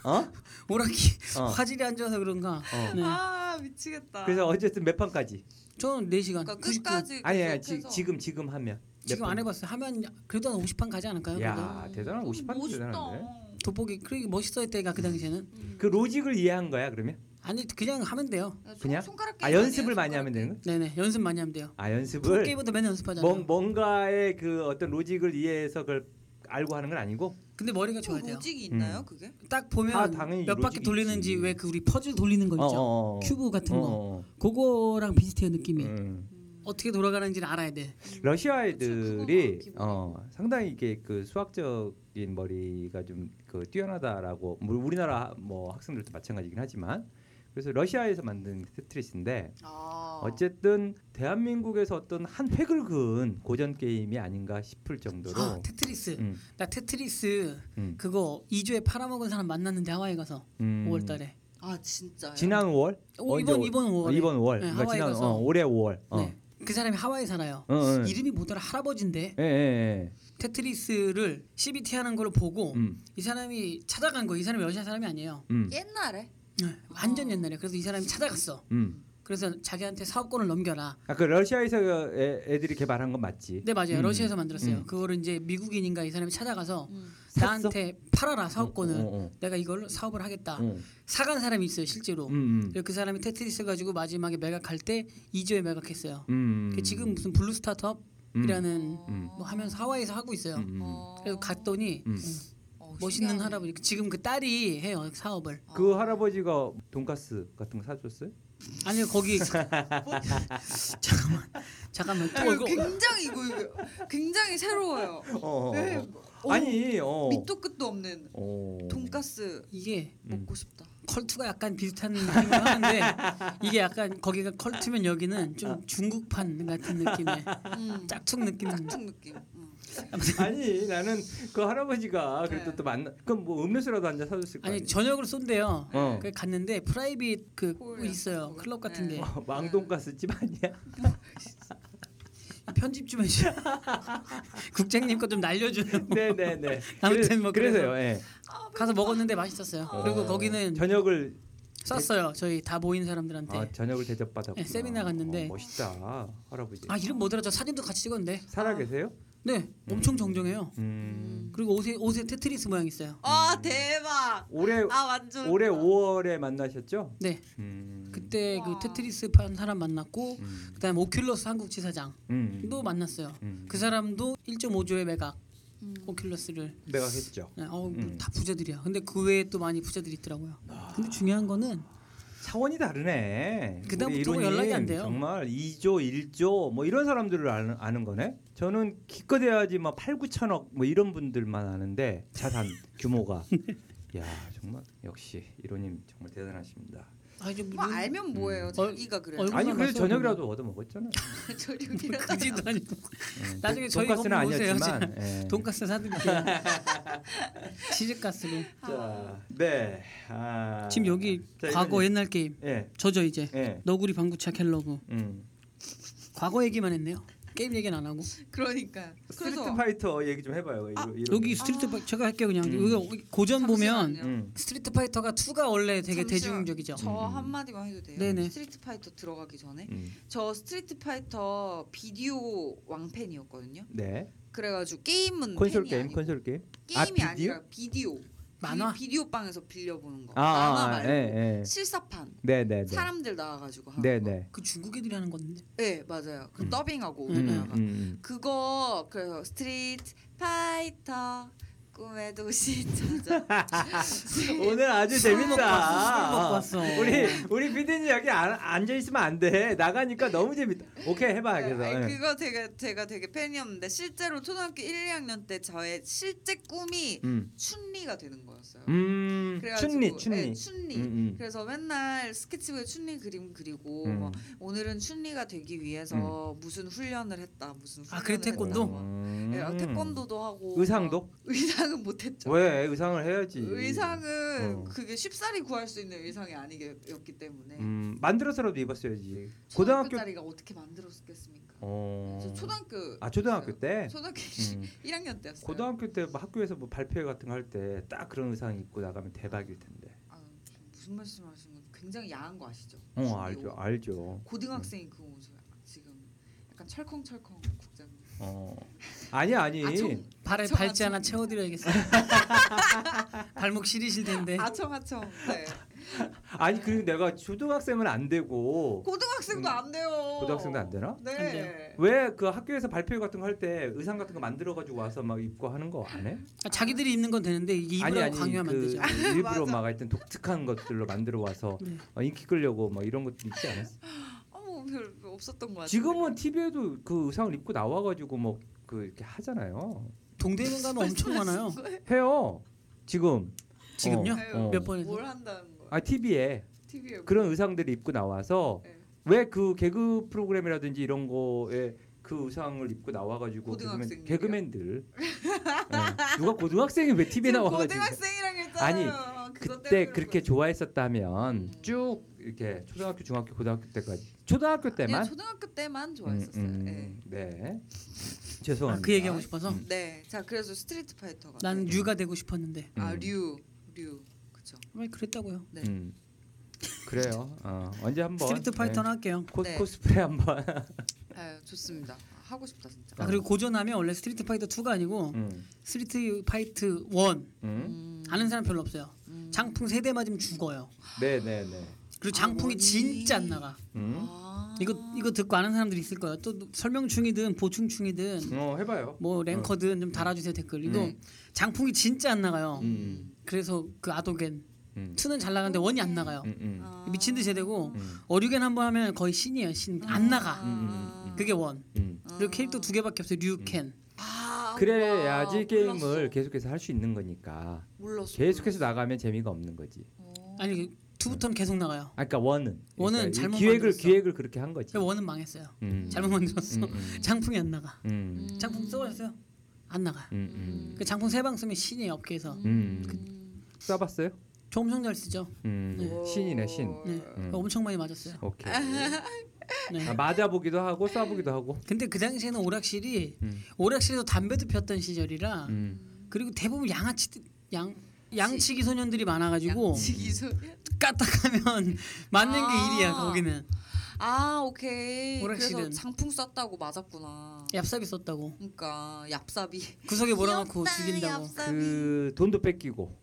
Speaker 3: [LAUGHS]
Speaker 1: 어?
Speaker 3: 오락기
Speaker 1: 어.
Speaker 3: [LAUGHS] 화질이 안 좋아서 그런가.
Speaker 1: 어.
Speaker 3: 네.
Speaker 2: 아 미치겠다.
Speaker 1: 그래서 어쨌든 몇 판까지?
Speaker 3: 저는 4시간.
Speaker 2: 그러니까
Speaker 3: 99.
Speaker 2: 끝까지
Speaker 1: 아니 아니 지,
Speaker 2: 계속해서.
Speaker 1: 지금 지금 하면 몇
Speaker 3: 지금 안
Speaker 1: 판?
Speaker 3: 해봤어요. 하면 그래도 한 50판 가지 않을까요? 그래도?
Speaker 1: 야 대단한 50판
Speaker 2: 멋있다.
Speaker 1: 대단한데
Speaker 3: 돋보기 그게 멋있어 했대가 그 당시에는.
Speaker 1: 그 로직을 이해한 거야 그러면?
Speaker 3: 아니 그냥 하면 돼요.
Speaker 2: 손-
Speaker 1: 그냥?
Speaker 2: 손가락
Speaker 1: 아
Speaker 2: 게임
Speaker 1: 연습을
Speaker 2: 아니에요?
Speaker 1: 많이 하면 되는
Speaker 2: 손가락
Speaker 1: 거야?
Speaker 3: 네네 연습 많이 하면 돼요.
Speaker 1: 아
Speaker 3: 프로
Speaker 1: 연습을
Speaker 3: 게임보다 맨날 연습하잖아요.
Speaker 1: 뭔, 뭔가의 그 어떤 로직을 이해해서 그걸 알고 하는 건 아니고
Speaker 3: 근데 머리가
Speaker 2: 게임?
Speaker 3: 좋아야 돼요.
Speaker 2: 로직이 있나요
Speaker 1: 음.
Speaker 2: 그게?
Speaker 3: 딱
Speaker 1: 아,
Speaker 3: 보면
Speaker 1: 당연히
Speaker 3: 몇 바퀴
Speaker 1: 로직이
Speaker 3: 돌리는지
Speaker 1: 있지.
Speaker 3: 왜 그 우리 퍼즐 돌리는 거 있죠.
Speaker 1: 어, 어, 어.
Speaker 3: 큐브 같은
Speaker 1: 어,
Speaker 3: 거.
Speaker 1: 어.
Speaker 3: 그거랑 비슷해요 느낌이.
Speaker 1: 음.
Speaker 3: 어떻게 돌아가는지를 알아야 돼.
Speaker 1: 러시아
Speaker 2: 그거가
Speaker 1: 애들이
Speaker 2: 기본이고.
Speaker 1: 어, 상당히 이게 그 수학적인 머리가 좀 그 뛰어나다라고 물- 우리나라 뭐 학생들도 마찬가지긴 하지만 그래서 러시아에서 만든 테트리스인데
Speaker 2: 아.
Speaker 1: 어쨌든 대한민국에서 어떤 한 획을 그은 고전 게임이 아닌가 싶을 정도로
Speaker 3: 아 테트리스.
Speaker 1: 음,
Speaker 3: 나 테트리스
Speaker 1: 음,
Speaker 3: 그거 2주에 팔아먹은 사람 만났는데 하와이 가서
Speaker 1: 음.
Speaker 3: 5월달에.
Speaker 2: 아 진짜요?
Speaker 1: 지난 5월
Speaker 3: 오,
Speaker 1: 언제
Speaker 3: 이번
Speaker 1: 오-
Speaker 3: 이번 5월에.
Speaker 1: 이번 5월
Speaker 3: 네,
Speaker 1: 그러니까
Speaker 3: 하와이
Speaker 1: 지난
Speaker 3: 가서.
Speaker 1: 어, 올해 5월 어.
Speaker 3: 네. 그 사람이 하와이에 살아요.
Speaker 1: 어, 어, 예.
Speaker 3: 이름이 뭐더라 할아버지인데
Speaker 1: 예, 예,
Speaker 3: 테트리스를 CBT 하는 걸
Speaker 1: 예.
Speaker 3: 보고
Speaker 1: 음,
Speaker 3: 이 사람이 찾아간 거예요. 이 사람이 러시아 사람이 아니에요.
Speaker 1: 음,
Speaker 2: 옛날에?
Speaker 3: 네, 완전
Speaker 2: 아.
Speaker 3: 옛날에. 그래서 이 사람이 찾아갔어.
Speaker 1: 음.
Speaker 3: 그래서 자기한테 사업권을 넘겨라.
Speaker 1: 아까 러시아에서 그 애, 애들이 개발한 건 맞지?
Speaker 3: 네 맞아요.
Speaker 1: 음.
Speaker 3: 러시아에서 만들었어요.
Speaker 1: 음.
Speaker 3: 그거를 이제 미국인인가 이 사람이 찾아가서
Speaker 2: 음.
Speaker 1: 샀어?
Speaker 3: 나한테 팔아라 사업권을.
Speaker 1: 어, 어, 어.
Speaker 3: 내가 이걸로 사업을 하겠다.
Speaker 1: 어.
Speaker 3: 사간 사람이 있어요 실제로.
Speaker 1: 음, 음.
Speaker 3: 아, 그래서 그 사람이 테트리스 가지고 마지막에 매각할 때 2조에 매각했어요.
Speaker 1: 음.
Speaker 3: 그 지금 무슨 블루 스타트업이라는
Speaker 1: 음.
Speaker 2: 음.
Speaker 3: 뭐 하면서 하와이에서 하고 있어요.
Speaker 1: 음, 음.
Speaker 3: 그래서 갔더니
Speaker 1: 음.
Speaker 2: 어,
Speaker 3: 멋있는
Speaker 2: 신기하네.
Speaker 3: 할아버지. 지금 그 딸이 해요 사업을.
Speaker 2: 어.
Speaker 1: 그 할아버지가 돈가스 같은 거 사줬어요? [LAUGHS]
Speaker 3: 아니요 거기 잠깐만 잠깐만 또
Speaker 2: 이거 어,
Speaker 3: 이거
Speaker 2: 굉장히 이거 이거 굉장히 새로워요.
Speaker 1: 어.
Speaker 2: 네. 어,
Speaker 1: 아니, 어.
Speaker 2: 밑도 끝도 없는
Speaker 1: 어. 음.
Speaker 2: 돈가스
Speaker 3: 이게
Speaker 2: 먹고 싶다.
Speaker 3: 컬투가 약간 비슷한 느낌을 하는데 이게 약간 거기가 컬투면 여기는
Speaker 1: 아.
Speaker 3: 좀 중국판 같은 느낌의
Speaker 2: 음.
Speaker 3: 짝퉁 느낌.
Speaker 2: 짝퉁 느낌. 음.
Speaker 1: [LAUGHS] 아니, 나는 그 할아버지가 그래도
Speaker 2: 네.
Speaker 1: 또 만나 그럼 뭐 음료수라도 한 잔 사줬을 거 아니.
Speaker 3: 아니 저녁을 쏜대요.
Speaker 1: 어.
Speaker 3: 그 갔는데 프라이빗 그
Speaker 2: 홀.
Speaker 3: 있어요 클럽 같은 게
Speaker 2: 네.
Speaker 1: 어, 망돈가스 집 아니야? [LAUGHS]
Speaker 3: 편집 좀 해주세요. [LAUGHS] 국장님 거 좀 날려줘요.
Speaker 1: 네, 네, 네.
Speaker 3: [LAUGHS] 아무튼 뭐
Speaker 1: 그래서요. 예.
Speaker 3: 가서 먹었는데 맛있었어요. 그리고
Speaker 1: 어.
Speaker 3: 거기는
Speaker 1: 저녁을
Speaker 3: 쐈어요. 저희 다 모인 사람들한테.
Speaker 1: 아, 저녁을 대접받았고.
Speaker 3: 네, 세미나 갔는데.
Speaker 1: 멋있다. 할아버지.
Speaker 3: 아 이름 뭐더라? 저 사진도 같이 찍었는데
Speaker 1: 살아 계세요?
Speaker 3: 네, 엄청 정정해요.
Speaker 1: 음.
Speaker 3: 그리고 옷에 옷에 테트리스 모양 있어요.
Speaker 2: 아 대박.
Speaker 1: 올해
Speaker 2: 아 완전.
Speaker 1: 올해 5월에 만나셨죠?
Speaker 3: 네,
Speaker 1: 음.
Speaker 3: 음. 그때
Speaker 2: 와.
Speaker 3: 그 테트리스 판 사람 만났고
Speaker 1: 음.
Speaker 3: 그다음 오큘러스 한국 지사장도
Speaker 1: 음.
Speaker 3: 만났어요.
Speaker 1: 음.
Speaker 3: 그 사람도 1.5조의 매각
Speaker 2: 음.
Speaker 3: 오큘러스를
Speaker 1: 내가 했죠.
Speaker 3: 네, 어우,
Speaker 1: 음. 아.
Speaker 3: 다 부자들이야. 근데 그 외에 또 많이 부자들이 있더라고요. 근데 중요한 거는
Speaker 1: 차원이 다르네.
Speaker 3: 그다음부터
Speaker 1: 우리 이론이
Speaker 3: 연락이 안 돼요.
Speaker 1: 정말 2조, 1조 뭐 이런 사람들을 아는, 아는 거네. 저는 기껏해야지 막 8, 9천억 뭐 이런 분들만 아는데 자산
Speaker 3: [LAUGHS]
Speaker 1: 규모가 야 정말 역시 이론님 정말 대단하십니다.
Speaker 3: 아 이제
Speaker 2: 뭐 알면 뭐예요?
Speaker 1: 음.
Speaker 2: 자기가 그래.
Speaker 3: 얼굴-
Speaker 1: 아니 그래도
Speaker 3: 봤어요,
Speaker 1: 저녁이라도 얻어 먹었잖아요.
Speaker 2: [LAUGHS] 저녁이라.
Speaker 3: 그지도 아니고
Speaker 1: 예,
Speaker 3: [LAUGHS] 나중에
Speaker 1: 돈-
Speaker 3: 저희
Speaker 1: 돈가스는
Speaker 3: 건물 오세요,
Speaker 1: 아니었지만 예. [LAUGHS]
Speaker 3: 돈가스 사드릴게요. 치즈가스로.
Speaker 1: 자, 네. 아.
Speaker 3: 지금 여기
Speaker 1: 자,
Speaker 3: 과거
Speaker 1: 이거는-
Speaker 3: 옛날 게임
Speaker 1: 예.
Speaker 3: 저죠 이제
Speaker 1: 예.
Speaker 3: 너구리 방구차 켈러그
Speaker 1: 음.
Speaker 3: 과거 얘기만 했네요. 게임 얘기는 안 하고
Speaker 2: 그러니까.
Speaker 1: 스트리트 파이터 얘기 좀 해봐요.
Speaker 2: 아,
Speaker 1: 이런- 이런
Speaker 3: 여기
Speaker 1: 거.
Speaker 3: 스트리트 파이 제가 할게요 그냥
Speaker 1: 음.
Speaker 3: 여기 고전 보면
Speaker 2: 잠시만요.
Speaker 1: 음.
Speaker 3: 스트리트 파이터가 2가 원래 되게
Speaker 2: 잠시만.
Speaker 3: 대중적이죠.
Speaker 2: 저
Speaker 1: 음.
Speaker 2: 한마디만 해도 돼요.
Speaker 3: 네네.
Speaker 2: 스트리트 파이터 들어가기 전에
Speaker 1: 음.
Speaker 2: 저 스트리트 파이터 비디오 왕팬이었거든요.
Speaker 1: 네.
Speaker 2: 그래가지고 게임은
Speaker 1: 콘솔
Speaker 2: 음, 팬이
Speaker 1: 게임,
Speaker 2: 아니고
Speaker 1: 콘솔 게임. 아,
Speaker 2: 게임이 아, 니
Speaker 1: 비디오?
Speaker 2: 라 비디오
Speaker 3: 만화?
Speaker 2: 비, 디오 방에서 빌려보는 거 만화
Speaker 1: 아, 아,
Speaker 2: 말고
Speaker 1: 예, 예.
Speaker 2: 실사판
Speaker 1: 네, 네, 네.
Speaker 2: 사람들 나와가지고 하는
Speaker 1: 네,
Speaker 2: 거.
Speaker 1: 네.
Speaker 3: 그 중국 애들이 하는 건데.
Speaker 2: 네 맞아요. 그
Speaker 1: 음.
Speaker 2: 더빙하고
Speaker 3: 음,
Speaker 2: 우리나라가
Speaker 1: 음, 음.
Speaker 2: 그거 그래서 스트리트 파이터 꿈의 도시 찾아
Speaker 1: 오늘 아주 재밌다.
Speaker 3: 먹고 왔어,
Speaker 2: 네.
Speaker 3: 술 먹고
Speaker 1: 우리
Speaker 3: 왔어.
Speaker 1: 우리 피디님 여기 안, 앉아 있으면 안 돼. 나가니까 너무 재밌다. 오케이 해봐 그래서.
Speaker 2: 네, 아니,
Speaker 1: 예.
Speaker 2: 그거 되게 제가 되게 팬이었는데 실제로 초등학교 1, 2학년 때 저의 실제 꿈이
Speaker 1: 음,
Speaker 2: 춘리가 되는 거였어요.
Speaker 1: 음,
Speaker 2: 그래가지고,
Speaker 1: 춘리, 춘리.
Speaker 2: 예, 춘리.
Speaker 1: 음, 음.
Speaker 2: 그래서 맨날 스케치북에 춘리 그림 그리고
Speaker 1: 음.
Speaker 2: 뭐 오늘은 춘리가 되기 위해서 무슨 훈련을 했다 무슨 훈련을
Speaker 3: 아, 그래, 태권도?
Speaker 2: 했다, 뭐. 예, 아, 태권도도 하고
Speaker 1: 음. 의상도?
Speaker 2: 막 의상은 못했죠.
Speaker 1: 왜 의상을 해야지.
Speaker 2: 의상은
Speaker 1: 어.
Speaker 2: 그게 쉽사리 구할 수 있는 의상이 아니었기 때문에
Speaker 1: 음, 만들어서라도 입었어야지. 고등학교
Speaker 2: 네, 초등학교짜리가 어떻게 만들었겠습니까?
Speaker 1: 어.
Speaker 2: 저 초등학교
Speaker 1: 아 초등학교
Speaker 2: 때였어요.
Speaker 1: 때.
Speaker 2: 초등학교 [LAUGHS]
Speaker 1: 음.
Speaker 2: 1학년 때였어요.
Speaker 1: 고등학교 때뭐 학교에서 뭐 발표 같은 거 할 때 딱 그런 의상 입고 나가면 대박일 텐데.
Speaker 2: 아, 무슨 말씀하시는 건 굉장히 야한 거 아시죠?
Speaker 1: 어
Speaker 2: 준비
Speaker 1: 알죠
Speaker 2: 옷.
Speaker 1: 알죠.
Speaker 2: 고등학생이 그 옷을 지금 약간 철컹철컹 국장님.
Speaker 1: 어 아니 아니.
Speaker 2: 아청
Speaker 3: 발에
Speaker 2: 아청,
Speaker 3: 발찌
Speaker 2: 아청.
Speaker 1: [LAUGHS]
Speaker 3: 하나 채워드려야겠어요. 발목 시리실
Speaker 1: 예.
Speaker 3: 텐데.
Speaker 2: 아청 아청. 네.
Speaker 1: 아니 그리고 내가 초등학생은 안 되고
Speaker 2: 고등학생도
Speaker 1: 음.
Speaker 2: 안 돼요.
Speaker 1: 고등학생도 안 되나?
Speaker 2: 네.
Speaker 3: 안 돼요.
Speaker 1: 왜 그 학교에서 발표 같은 거 할 때 의상 같은 거 만들어 가지고 와서 막 입고 하는 거 안 해?
Speaker 3: 아, 자기들이 입는 건 되는데 이게
Speaker 1: 아니
Speaker 3: 입으라고
Speaker 1: 아니
Speaker 3: 강요하면 안
Speaker 1: 그
Speaker 3: 되죠. [LAUGHS]
Speaker 1: 일부러
Speaker 2: 맞아.
Speaker 1: 막 하여튼 독특한 것들로 만들어 와서
Speaker 3: 네.
Speaker 1: 어, 인기 끌려고 막 이런 것도 있지 않았어?
Speaker 2: 어머 별 없었던 것 같아요.
Speaker 1: 지금은 TV에도 그 의상을 입고 나와 가지고 뭐 그 이렇게 하잖아요.
Speaker 3: 동대문 가면 엄청
Speaker 2: [LAUGHS]
Speaker 3: 많아요.
Speaker 1: 해요. 지금
Speaker 3: 지금요?
Speaker 1: 어.
Speaker 3: 몇 번에서?
Speaker 2: 뭘 한다는 거예요?
Speaker 1: 아 TV에
Speaker 2: TV에 뭐.
Speaker 1: 그런 의상들을 입고 나와서
Speaker 2: 네.
Speaker 1: 왜 그 개그 프로그램이라든지 이런 거에 그 의상을 입고 나와가지고
Speaker 2: 고등학생들이요?
Speaker 1: 개그맨,
Speaker 2: [LAUGHS]
Speaker 1: 개그맨들 예. 누가 고등학생이 왜 TV에
Speaker 2: 지금
Speaker 1: 나와가지고
Speaker 2: 고등학생이랑 했잖아요.
Speaker 1: 아니,
Speaker 2: 그것
Speaker 1: 그때
Speaker 2: 때문에
Speaker 1: 그렇게 좋아했었다면
Speaker 2: 음.
Speaker 1: 쭉 이렇게 초등학교 중학교 고등학교 때까지 초등학교
Speaker 2: 그런 거예요.
Speaker 1: 때만
Speaker 2: 아니요, 초등학교 때만 좋아했었어요.
Speaker 1: 음, 음,
Speaker 2: 네.
Speaker 1: 네
Speaker 3: 아,
Speaker 1: 죄송합니다
Speaker 3: 그 얘기하고 싶어서
Speaker 1: 음. 네.
Speaker 2: 네. 자 그래서 스트리트 파이터가
Speaker 3: 난 류가 되고 싶었는데
Speaker 2: 아
Speaker 1: 음.
Speaker 2: 류, 류, 그쵸.
Speaker 3: 왜 그랬다고요?
Speaker 2: 네.
Speaker 1: 음. 그래요 어, 언제 한번
Speaker 3: 스트리트 파이터
Speaker 1: 네.
Speaker 3: 나 할게요.
Speaker 1: 코,
Speaker 2: 네.
Speaker 1: 코스프레 한번
Speaker 2: 아 좋습니다. 아, 하고 싶다 진짜.
Speaker 3: 아, 그리고 고전하면 원래 스트리트 파이터 2가 아니고
Speaker 1: 음.
Speaker 3: 스트리트 파이터 1
Speaker 1: 음.
Speaker 2: 음,
Speaker 3: 아는 사람 별로 없어요.
Speaker 2: 음.
Speaker 3: 장풍 세 대 맞으면 죽어요.
Speaker 1: 네네네
Speaker 3: 그리고
Speaker 2: 아,
Speaker 3: 장풍이
Speaker 2: 뭐니?
Speaker 3: 진짜 안 나가.
Speaker 1: 음.
Speaker 2: 아.
Speaker 3: 이거 이거 듣고 아는 사람들이 있을 거예요. 또 설명 중이든 보충 중이든
Speaker 1: 어 해봐요
Speaker 3: 뭐 랭커든 좀 달아주세요 댓글. 이거
Speaker 1: 음.
Speaker 3: 장풍이 진짜 안 나가요.
Speaker 1: 음.
Speaker 3: 그래서 그 아도겐
Speaker 1: 음.
Speaker 3: 2는 잘 나가는데 원이 안 나가요.
Speaker 1: 음, 음.
Speaker 2: 아.
Speaker 3: 미친 듯이 되고
Speaker 1: 음.
Speaker 3: 어류겐 한 번 하면 거의 신이에요. 신
Speaker 2: 아.
Speaker 3: 안 나가.
Speaker 1: 음, 음, 음.
Speaker 3: 그게 원.
Speaker 1: 음.
Speaker 3: 그리고 캐릭터 두 개밖에 없어요. 류켄.
Speaker 2: 아,
Speaker 1: 그래야지
Speaker 2: 우와,
Speaker 1: 게임을
Speaker 2: 몰랐어.
Speaker 1: 계속해서 할 수 있는 거니까
Speaker 2: 몰랐어.
Speaker 1: 계속해서 나가면 재미가 없는 거지.
Speaker 2: 어.
Speaker 3: 아니 투부터는 계속 나가요.
Speaker 1: 아까 그러니까 원은
Speaker 3: 원은
Speaker 1: 이
Speaker 3: 잘못
Speaker 1: 기획을
Speaker 3: 만들었어.
Speaker 1: 기획을 그렇게 한 거지.
Speaker 3: 그래서 원은 망했어요.
Speaker 1: 음.
Speaker 3: 잘못 만들었어.
Speaker 1: 음, 음,
Speaker 3: 장풍이 안 나가.
Speaker 1: 음,
Speaker 3: 장풍 써봤어요? 안 나가.
Speaker 1: 음, 음.
Speaker 3: 그 장풍 세 방 쓰면 신이에요 업계에서.
Speaker 1: 음.
Speaker 2: 음.
Speaker 1: 써봤어요?
Speaker 3: 저 엄청 잘 쓰죠.
Speaker 1: 음.
Speaker 3: 네.
Speaker 1: 신이네
Speaker 2: 어.
Speaker 1: 신.
Speaker 3: 네.
Speaker 1: 음.
Speaker 3: 엄청 많이 맞았어요. [LAUGHS]
Speaker 1: 오케이.
Speaker 3: 네.
Speaker 1: 아, 맞아보기도 하고 쏴보기도 하고.
Speaker 3: 근데 그 당시에는 오락실이
Speaker 1: 음.
Speaker 3: 오락실에서 담배도 폈던 시절이라
Speaker 1: 음.
Speaker 3: 그리고 대부분 양아치 양 양치기 소년들이 많아가지고
Speaker 2: 양치기 소년.
Speaker 3: 까딱하면 [LAUGHS] 맞는 게
Speaker 2: 아.
Speaker 3: 일이야 거기는
Speaker 2: 아 오케이. 그래서
Speaker 3: 오락실은. 예.
Speaker 2: 장풍 쐈다고 맞았구나.
Speaker 3: 얍삽이 썼다고
Speaker 2: 그러니까 얍삽이.
Speaker 3: 구석에 몰아놓고
Speaker 2: 귀엽다,
Speaker 3: 죽인다고.
Speaker 2: 얍삽이.
Speaker 1: 그 돈도 뺏기고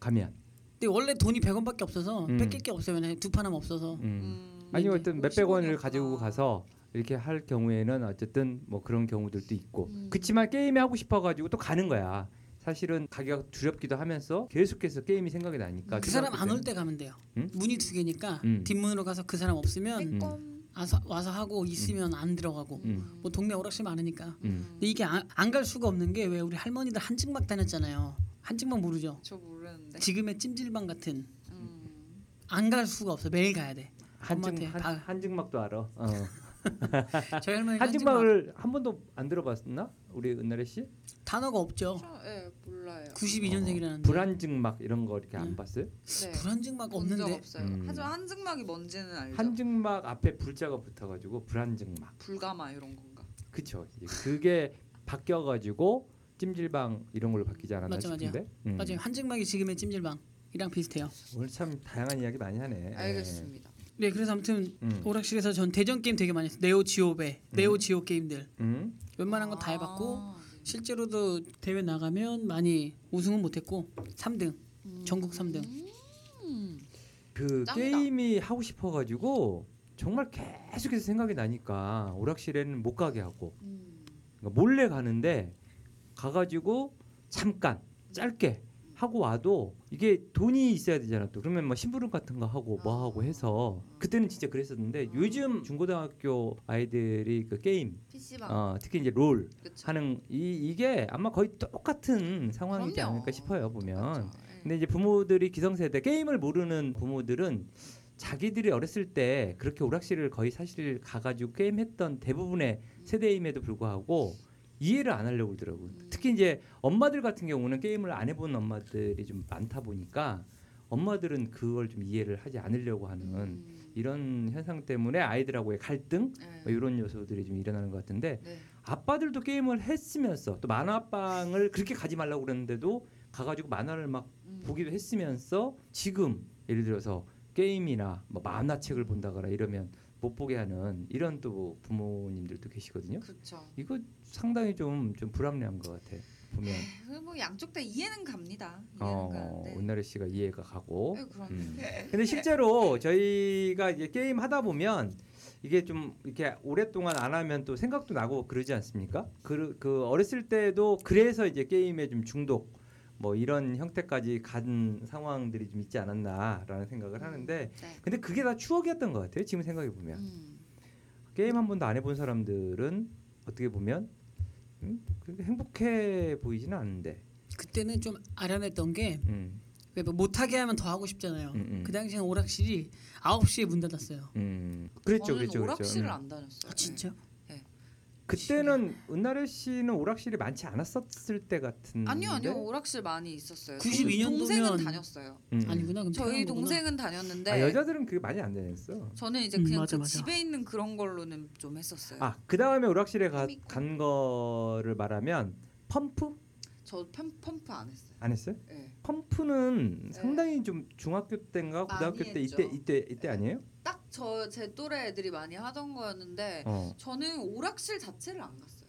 Speaker 1: 가면.
Speaker 3: 근데 원래 돈이 100원밖에 없어서
Speaker 1: 음.
Speaker 3: 뺏길 게 없어요. 왜냐 두판 하면 없어서.
Speaker 1: 음.
Speaker 2: 음.
Speaker 1: 아니
Speaker 3: 음,
Speaker 1: 어떤 몇백 원을 가지고 가서 이렇게 할 경우에는 어쨌든 뭐 그런 경우들도 있고
Speaker 2: 음.
Speaker 1: 그렇지만 게임이 하고 싶어가지고 또 가는 거야. 사실은 가기가 두렵기도 하면서 계속해서 게임이 생각이 나니까
Speaker 3: 그 사람 안 올
Speaker 1: 때
Speaker 3: 때 가면 돼요.
Speaker 1: 음?
Speaker 3: 문이 두 개니까
Speaker 1: 음.
Speaker 3: 뒷문으로 가서 그 사람 없으면
Speaker 2: 네.
Speaker 1: 음.
Speaker 2: 빼꼼.
Speaker 3: 와서, 와서 하고 있으면 안 들어가고.
Speaker 1: 음.
Speaker 3: 뭐 동네 오락실 많으니까.
Speaker 1: 음.
Speaker 3: 근데 이게 안 갈 수가 없는 게 왜 우리 할머니들 한증막 다녔잖아요. 한증막 모르죠.
Speaker 2: 저 모르는데.
Speaker 3: 지금의 찜질방 같은
Speaker 2: 음.
Speaker 3: 안 갈 수가 없어. 매일 가야 돼.
Speaker 1: 한증
Speaker 3: 엄마한테
Speaker 1: 한,
Speaker 3: 다-
Speaker 1: 한증막도 알아.
Speaker 3: [LAUGHS]
Speaker 1: 어.
Speaker 3: 저희 할머니
Speaker 1: 한증막을 한 번도 안 들어봤나? 우리 은나래 씨? 어.
Speaker 3: 단어가 없죠.
Speaker 2: 저, 예 몰라요.
Speaker 3: 92년생이라는데
Speaker 1: 불안증막 이런 거 이렇게 안
Speaker 3: 음.
Speaker 1: 봤어요?
Speaker 2: 네.
Speaker 3: 불안증막
Speaker 2: 본적
Speaker 3: 없는데
Speaker 2: 없어요.
Speaker 1: 음.
Speaker 2: 하지만 한증막이 뭔지는 알죠.
Speaker 1: 한증막 앞에 불자가 붙어가지고 불안증막.
Speaker 2: 불가마 이런 건가.
Speaker 1: 그쵸. 이제 그게 바뀌어가지고 찜질방 이런 걸로 바뀌지 않았나
Speaker 3: 맞아, 맞아.
Speaker 1: 싶은데. 음.
Speaker 3: 맞아요. 한증막이 지금의 찜질방이랑 비슷해요.
Speaker 1: 오늘 참 다양한 이야기 많이 하네. 예.
Speaker 2: 알겠습니다.
Speaker 3: 네, 그래서 아무튼
Speaker 1: 음.
Speaker 3: 오락실에서 전 대전 게임 되게 많이 했어요. 네오 지오베, 네오
Speaker 1: 음.
Speaker 3: 지오 게임들
Speaker 1: 음.
Speaker 3: 웬만한 건 다 해봤고
Speaker 2: 아, 네.
Speaker 3: 실제로도 대회 나가면 많이 우승은 못했고 3등
Speaker 2: 음.
Speaker 3: 전국 3등.
Speaker 2: 음.
Speaker 1: 그
Speaker 2: 짱이다.
Speaker 1: 게임이 하고 싶어가지고 정말 계속해서 생각이 나니까 오락실에는 못 가게 하고
Speaker 2: 음.
Speaker 1: 그러니까 몰래 가는데 가가지고 잠깐 짧게 하고 와도 이게 돈이 있어야 되잖아 또 그러면 뭐 심부름 같은 거 하고 뭐 하고
Speaker 2: 아.
Speaker 1: 해서 그때는 진짜 그랬었는데 요즘 중고등학교 아이들이 그 게임
Speaker 2: PC방.
Speaker 1: 어, 특히 이제 롤
Speaker 2: 그쵸.
Speaker 1: 하는 이, 이게 아마 거의 똑같은 상황이지
Speaker 2: 그럼요.
Speaker 1: 않을까 싶어요 보면.
Speaker 2: 똑같죠. 예.
Speaker 1: 근데 이제 부모들이 기성세대 게임을 모르는 부모들은 자기들이 어렸을 때 그렇게 오락실을 거의 사실 가가지고 게임했던 대부분의 세대임에도 불구하고 이해를 안 하려고 그러더라고요. 특히 이제 엄마들 같은 경우는 게임을 안 해본 엄마들이 좀 많다 보니까 엄마들은 그걸 좀 이해를 하지 않으려고 하는
Speaker 2: 음.
Speaker 1: 이런 현상 때문에 아이들하고의 갈등
Speaker 2: 예.
Speaker 1: 뭐 이런 요소들이 좀 일어나는 것 같은데
Speaker 2: 네.
Speaker 1: 아빠들도 게임을 했으면서 또 만화방을 그렇게 가지 말라고 그랬는데도 가가지고 만화를 막
Speaker 2: 음.
Speaker 1: 보기도 했으면서 지금 예를 들어서 게임이나 뭐 만화책을 본다거나 이러면 못 보게 하는 이런 또 부모님들도 계시거든요.
Speaker 2: 그렇죠.
Speaker 1: 이거 상당히 좀, 좀 불합리한 것 같아 보면
Speaker 2: 뭐 양쪽 다 이해는 갑니다. 이해는
Speaker 1: 어,
Speaker 2: 가는데. 네.
Speaker 1: 온나래 씨가 이해가 가고
Speaker 2: 예, 그럼요.
Speaker 1: 음. 근데 실제로 저희가 이제 게임 하다 보면 이게 좀 이렇게 오랫동안 안 하면 또 생각도 나고 그러지 않습니까? 그, 그 어렸을 때도 그래서 이제 게임에 좀 중독 뭐 이런 형태까지 간 상황들이 좀 있지 않았나라는 생각을 하는데
Speaker 2: 네.
Speaker 1: 근데 그게 다 추억이었던 것 같아요. 지금 생각해 보면
Speaker 2: 음.
Speaker 1: 게임 한 번도 안 해본 사람들은 어떻게 보면 음, 그렇게 행복해 보이지는 않는데.
Speaker 3: 그때는 좀 아련했던 게
Speaker 1: 음,
Speaker 3: 왜뭐 못하게 하면 더 하고 싶잖아요.
Speaker 1: 음, 음.
Speaker 3: 그 당시에는 오락실이 9시에 문 닫았어요.
Speaker 1: 음. 그랬죠,
Speaker 2: 저는
Speaker 1: 그랬죠, 그랬죠.
Speaker 2: 오락실을
Speaker 1: 음.
Speaker 2: 안 다녔어요.
Speaker 3: 아,
Speaker 1: 그때는 은나래 씨는 오락실이 많지 않았었을 때 같은데.
Speaker 2: 예. 아니요, 아니요. 오락실 많이 있었어요.
Speaker 3: 92 년도면-
Speaker 2: 동생은 다녔어요.
Speaker 1: 음, 음.
Speaker 3: 아니구나. 그럼
Speaker 2: 저희
Speaker 3: 태어난 거구나.
Speaker 2: 동생은 다녔는데
Speaker 1: 아, 여자들은 그게 많이 안 되냈어.
Speaker 2: 저는 이제
Speaker 3: 음,
Speaker 2: 그냥
Speaker 3: 맞아,
Speaker 2: 그
Speaker 3: 맞아.
Speaker 2: 집에 있는 그런 걸로는 좀 했었어요.
Speaker 1: 아, 그 다음에 오락실에 가,
Speaker 2: 재밌고.
Speaker 1: 간 거를 말하면 펌프
Speaker 2: 저 펌, 펌프 안 했어요.
Speaker 1: 안 했어요?
Speaker 2: 예.
Speaker 1: 펌프는 상당히 좀 중학교 때인가 고등학교
Speaker 2: 네. 많이
Speaker 1: 때
Speaker 2: 했죠. 네.
Speaker 1: 이때 이때 이때 아니에요?
Speaker 2: 딱 저 제 또래 애들이 많이 하던 거였는데
Speaker 1: 어.
Speaker 2: 저는 오락실 자체를 안 갔어요.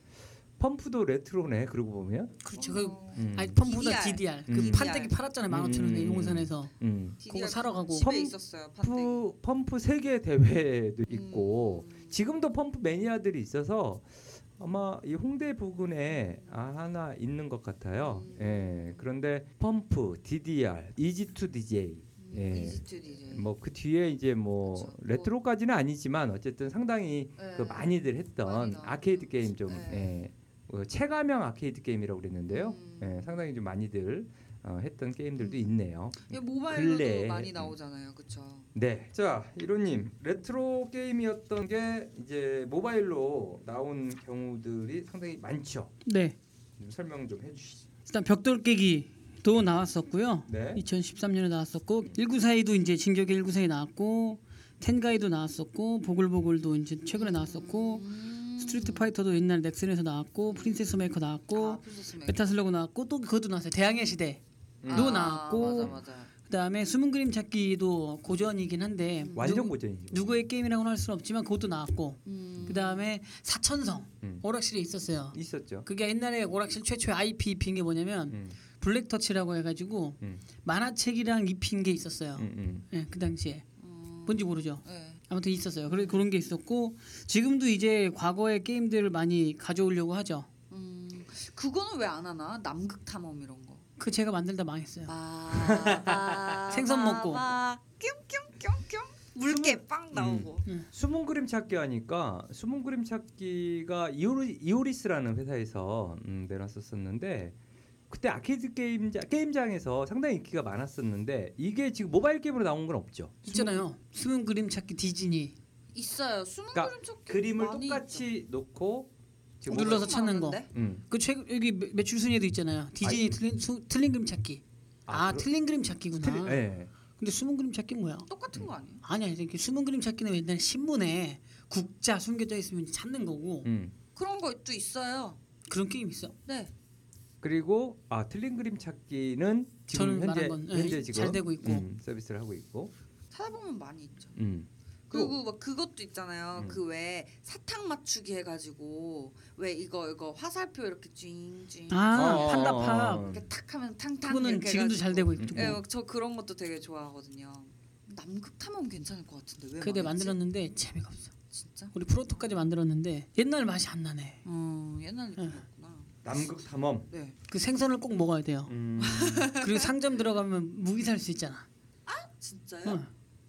Speaker 1: 펌프도 레트로네. 그러고 보면.
Speaker 3: 그렇죠. 그
Speaker 2: 어,
Speaker 1: 음.
Speaker 3: 아니 펌보다
Speaker 2: DDR.
Speaker 3: DDR.
Speaker 1: 음.
Speaker 3: 그 판때기 팔았잖아요.
Speaker 1: 음,
Speaker 3: 15,000원에
Speaker 1: 음, 음.
Speaker 3: 용산에서.
Speaker 1: 음.
Speaker 2: DDR
Speaker 3: 그거 사러 가고.
Speaker 2: 집에
Speaker 1: 펌프-
Speaker 2: 있었어요. 판때기.
Speaker 1: 펌프 펌프 세계 대회도 있고
Speaker 2: 음.
Speaker 1: 지금도 펌프 매니아들이 있어서 아마 이 홍대 부근에 아, 하나 있는 것 같아요.
Speaker 2: 음.
Speaker 1: 예. 그런데 펌프, DDR, EG2DJ
Speaker 2: 음,
Speaker 1: 예.
Speaker 2: 이집트 DJ.
Speaker 1: 뭐 그 뒤에 이제 뭐
Speaker 2: 그쵸. 뭐-
Speaker 1: 레트로까지는 아니지만 어쨌든 상당히
Speaker 2: 예.
Speaker 1: 그 많이들
Speaker 2: 많이
Speaker 1: 했던
Speaker 2: 나오죠.
Speaker 1: 아케이드 게임 좀
Speaker 2: 네.
Speaker 1: 예. 어, 체감형 아케이드 게임이라고 그랬는데요.
Speaker 2: 음.
Speaker 1: 예, 상당히 좀 많이들 어, 했던 게임들도
Speaker 2: 음.
Speaker 1: 있네요.
Speaker 2: 예, 모바일로도
Speaker 1: 근래-
Speaker 2: 많이
Speaker 1: 음.
Speaker 2: 나오잖아요. 그렇죠.
Speaker 1: 네. 자, 이로님 레트로 게임이었던 게 이제 모바일로 나온 경우들이 상당히 많죠.
Speaker 3: 네.
Speaker 1: 좀 설명 좀 해주시죠.
Speaker 3: 일단 벽돌 깨기도 나왔었고요.
Speaker 1: 네.
Speaker 3: 2013년에 나왔었고 1942도 이제 진격의 1942 나왔고 텐가이도 나왔었고 보글보글도 이제 최근에 나왔었고
Speaker 2: 음.
Speaker 3: 스트리트 파이터도 옛날 넥슨에서 나왔고 프린세스 메이커
Speaker 2: 아,
Speaker 3: 나왔고
Speaker 2: 프로세스 메이커.
Speaker 3: 메타슬러그 나왔고 또 그것도 나왔어요. 대항해 시대도
Speaker 1: 음.
Speaker 2: 아,
Speaker 3: 나왔고
Speaker 2: 맞아 맞아.
Speaker 3: 그다음에 숨은 그림 찾기도 고전이긴 한데
Speaker 1: 완전
Speaker 3: 누-
Speaker 1: 고전이죠.
Speaker 3: 누구의 게임이라고는 할 수는 없지만 그것도 나왔고
Speaker 2: 음.
Speaker 3: 그다음에 사천성
Speaker 1: 음.
Speaker 3: 오락실에 있었어요.
Speaker 1: 있었죠. 그게
Speaker 3: 그게 옛날에 오락실 최초의 IP 입힌 게 뭐냐면
Speaker 1: 음,
Speaker 3: 블랙터치라고 해가지고
Speaker 1: 음,
Speaker 3: 만화책이랑 입힌 게 있었어요.
Speaker 1: 음, 음.
Speaker 3: 예, 그 당시에
Speaker 2: 음.
Speaker 3: 뭔지 모르죠.
Speaker 2: 네.
Speaker 3: 아무튼 있었어요. 그래 그런 게 있었고 지금도 이제 과거의 게임들을 많이 가져오려고 하죠.
Speaker 2: 음. 그거는 왜 안 하나? 남극 탐험 이런 거.
Speaker 3: 그 제가 만들다
Speaker 1: 아,
Speaker 3: 망했어요.
Speaker 2: 마, 마,
Speaker 3: [LAUGHS] 생선
Speaker 2: 마,
Speaker 3: 먹고.
Speaker 2: 마. 아, 뀨뀨뀨뀨. 물개 빵
Speaker 1: 음.
Speaker 2: 나오고.
Speaker 1: 숨은 그림 찾기 하니까 숨은 그림 찾기가 이오리, 이오리스라는 회사에서 음, 내놨었었는데 그때 아케이드 게임자 게임장에서 상당히 인기가 많았었는데 이게 지금 모바일 게임으로 나온 건 없죠.
Speaker 3: 있잖아요. 숨은 그림 찾기 디즈니
Speaker 2: 있어요. 숨은
Speaker 1: 그러니까
Speaker 2: 그림 찾기
Speaker 1: 그림을
Speaker 2: 많이
Speaker 1: 똑같이 놓고 지금
Speaker 3: 눌러서
Speaker 1: 모바일-
Speaker 3: 찾는 거.
Speaker 2: 많은데?
Speaker 1: 음.
Speaker 3: 그 최근 여기 매- 매출 순위에도 있잖아요. 디즈니 틀린 수, 틀린 그림 찾기. 아,
Speaker 1: 그러-
Speaker 3: 틀린 그림 찾기구나.
Speaker 1: 틀린- 예.
Speaker 3: 근데 숨은 그림 찾기 뭐야?
Speaker 2: 똑같은 거
Speaker 1: 음.
Speaker 2: 아니에요?
Speaker 3: 아니야 이렇게 숨은 그림 찾기는 옛날 신문에 국자 숨겨져 있으면 찾는 거고
Speaker 1: 음.
Speaker 2: 그런 것도 있어요.
Speaker 3: 그런 게임 있어.
Speaker 2: 네.
Speaker 1: 그리고 아 틀린 그림 찾기는 지금
Speaker 3: 저는
Speaker 1: 현재
Speaker 3: 말한 건, 예,
Speaker 1: 현재 지금
Speaker 3: 잘 되고 있고.
Speaker 1: 음, 서비스를 하고 있고
Speaker 2: 찾아보면 많이 있죠.
Speaker 1: 음.
Speaker 2: 그리고 막 그것도 있잖아요.
Speaker 1: 음.
Speaker 2: 그 왜 사탕 맞추기 해가지고 왜 이거 이거 화살표 이렇게 쥐잉쥐잉
Speaker 3: 아
Speaker 1: 어,
Speaker 3: 판다팝.
Speaker 1: 어, 어.
Speaker 2: 이렇게 탁 하면 탕탕
Speaker 3: 그거는
Speaker 2: 이렇게
Speaker 3: 지금도 잘 되고 있고.
Speaker 1: 음.
Speaker 2: 예, 막저 그런 것도 되게 좋아하거든요. 남극 탐험 괜찮을 것 같은데 왜?
Speaker 1: 음.
Speaker 3: 그때
Speaker 2: 망했지?
Speaker 3: 만들었는데 재미가 없어.
Speaker 2: 진짜?
Speaker 3: 우리 프로토까지 만들었는데 옛날 맛이 안 나네.
Speaker 2: 어 옛날 느낌이었구나.
Speaker 1: 남극 탐험.
Speaker 2: 네.
Speaker 3: 그 생선을 꼭 먹어야 돼요. [LAUGHS]
Speaker 1: 음. [LAUGHS]
Speaker 3: 그리고 상점 들어가면 무기 살 수 있잖아.
Speaker 1: 음.
Speaker 2: 진짜요?
Speaker 3: 응.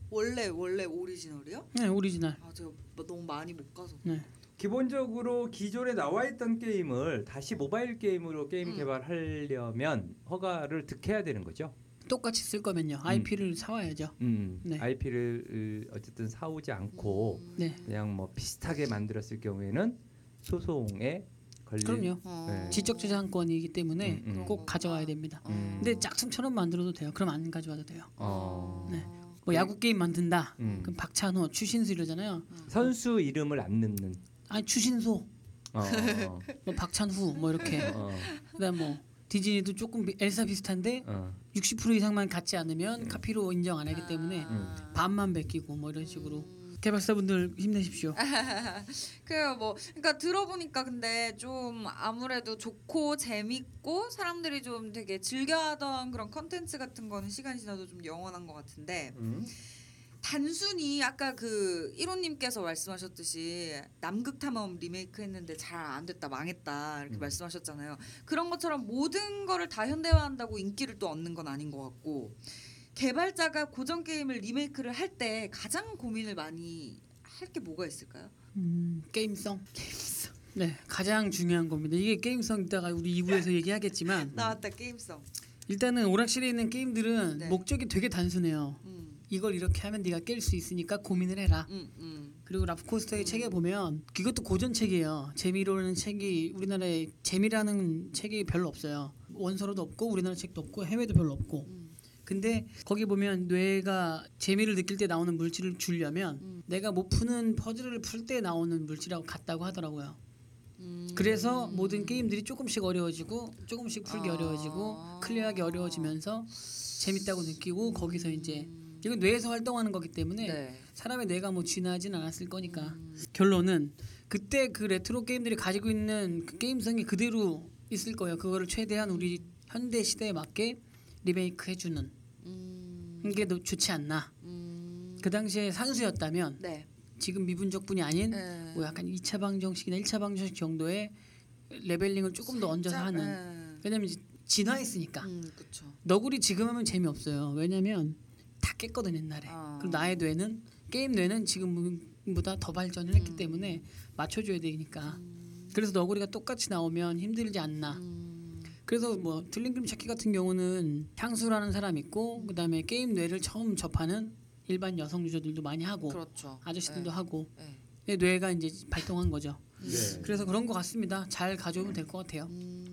Speaker 2: 원래 원래 오리지널이요?
Speaker 3: 네, 오리지널.
Speaker 2: 아 제가 너무 많이 못 가서.
Speaker 3: 네.
Speaker 1: 기본적으로 기존에 나와 있던 게임을 다시 모바일 게임으로 게임
Speaker 2: 음.
Speaker 1: 개발하려면 허가를 득해야 되는 거죠.
Speaker 3: 똑같이 쓸 거면요. IP를 사와야죠.
Speaker 1: 음.
Speaker 3: 네.
Speaker 1: IP를 어쨌든 사오지 않고
Speaker 2: 음.
Speaker 3: 네.
Speaker 1: 그냥 뭐 비슷하게 만들었을 경우에는 소송에 걸릴
Speaker 3: 그럼요.
Speaker 2: 어.
Speaker 1: 네.
Speaker 3: 지적재산권이기 때문에
Speaker 1: 음, 음.
Speaker 3: 꼭 가져와야 됩니다.
Speaker 2: 어.
Speaker 1: 음.
Speaker 3: 근데 짝퉁처럼 만들어도 돼요. 그럼 안 가져와도 돼요.
Speaker 1: 어.
Speaker 3: 네. 뭐 야구 게임 만든다.
Speaker 1: 음.
Speaker 3: 그럼 박찬호, 추신수 이러잖아요.
Speaker 1: 선수 이름을 안 넣는.
Speaker 3: 아니 추신소,
Speaker 1: 어, 어,
Speaker 3: 뭐 박찬후 뭐 이렇게.
Speaker 1: 어,
Speaker 3: 그다음 뭐 디즈니도 조금 비- 엘사 비슷한데
Speaker 1: 어.
Speaker 3: 60% 이상만 같지 않으면
Speaker 1: 음.
Speaker 3: 카피로 인정 안 하기 때문에
Speaker 2: 아.
Speaker 3: 반만 베끼고 뭐 이런 식으로
Speaker 2: 음.
Speaker 3: 개발사분들 힘내십시오.
Speaker 2: 그래요 뭐 그러니까 들어보니까 근데 좀 아무래도 좋고 재밌고 사람들이 좀 되게 즐겨하던 그런 컨텐츠 같은 거는 시간이 지나도 좀 영원한 것 같은데
Speaker 1: 음.
Speaker 2: 단순히 아까 그 일호님께서 말씀하셨듯이 남극 탐험 리메이크 했는데 잘 안 됐다 망했다 이렇게
Speaker 1: 음.
Speaker 2: 말씀하셨잖아요. 그런 것처럼 모든 거를 다 현대화한다고 인기를 또 얻는 건 아닌 것 같고 개발자가 고전 게임을 리메이크를 할 때 가장 고민을 많이 할 게 뭐가 있을까요?
Speaker 3: 음, 게임성. 네, 가장 중요한 겁니다. 이게 게임성 이따가 우리 2부에서 얘기하겠지만
Speaker 2: 나왔다 게임성.
Speaker 3: 일단은 오락실에 있는 게임들은
Speaker 2: 네.
Speaker 3: 목적이 되게 단순해요.
Speaker 2: 음,
Speaker 3: 이걸 이렇게 하면 네가 깰 수 있으니까 고민을 해라.
Speaker 2: 음, 음.
Speaker 3: 그리고 라프코스터의 책에 보면 이것도 고전 책이에요. 재미로는 책이 우리나라에 재미라는 책이 별로 없어요. 원서로도 없고 우리나라 책도 없고 해외도 별로 없고.
Speaker 2: 음.
Speaker 3: 근데 거기 보면 뇌가 재미를 느낄 때 나오는 물질을 주려면
Speaker 2: 음.
Speaker 3: 내가 못 푸는 퍼즐을 풀 때 나오는 물질하고 같다고 하더라고요.
Speaker 2: 음.
Speaker 3: 그래서 모든 게임들이 조금씩 어려워지고 조금씩 풀기
Speaker 2: 아.
Speaker 3: 어려워지고 클리어하기 어려워지면서 재밌다고 느끼고 거기서 이제 이건 뇌에서 활동하는 거기 때문에
Speaker 2: 음. 네. 음.
Speaker 3: 사람의 뇌가 뭐 진화하진 않았을 거니까 결론은 그때 그 레트로 게임들이 가지고 있는 그 게임성이 그대로 있을 거예요. 그거를 최대한 우리 현대 시대에 맞게 리메이크 해주는
Speaker 2: 음.
Speaker 3: 게 더 좋지 않나.
Speaker 2: 음.
Speaker 3: 그 당시에 산수였다면
Speaker 2: 네.
Speaker 3: 지금 미분적뿐이 아닌
Speaker 2: 네.
Speaker 3: 뭐 약간 2차 방정식이나 1차 방정식 정도의 레벨링을 조금 더 얹어서
Speaker 2: 살짝,
Speaker 3: 하는 그러니까.
Speaker 2: 예.
Speaker 3: 왜냐면 이제 진화했으니까
Speaker 2: 음, 그렇죠.
Speaker 3: 너구리 지금 하면 재미없어요 왜냐면 다 깼거든 옛날에
Speaker 2: 아.
Speaker 3: 그럼 나의 뇌는 게임 뇌는 지금보다 더 발전을 했기
Speaker 2: 음.
Speaker 3: 때문에 맞춰줘야 되니까 그래서 너구리가 똑같이 나오면 힘들지 않나 그래서 뭐 틀린 그림 찾기 같은 경우는 향수라는 사람 있고 그다음에 게임 뇌를 처음 접하는 일반 여성 유저들도 많이 하고
Speaker 2: 그렇죠.
Speaker 3: 아저씨들도 하고
Speaker 2: 예, 예.
Speaker 3: 내 뇌가 이제 발동한 거죠
Speaker 1: 네.
Speaker 3: 그래서 그런 것 같습니다 잘 가져오면 될 것 같아요
Speaker 2: 음.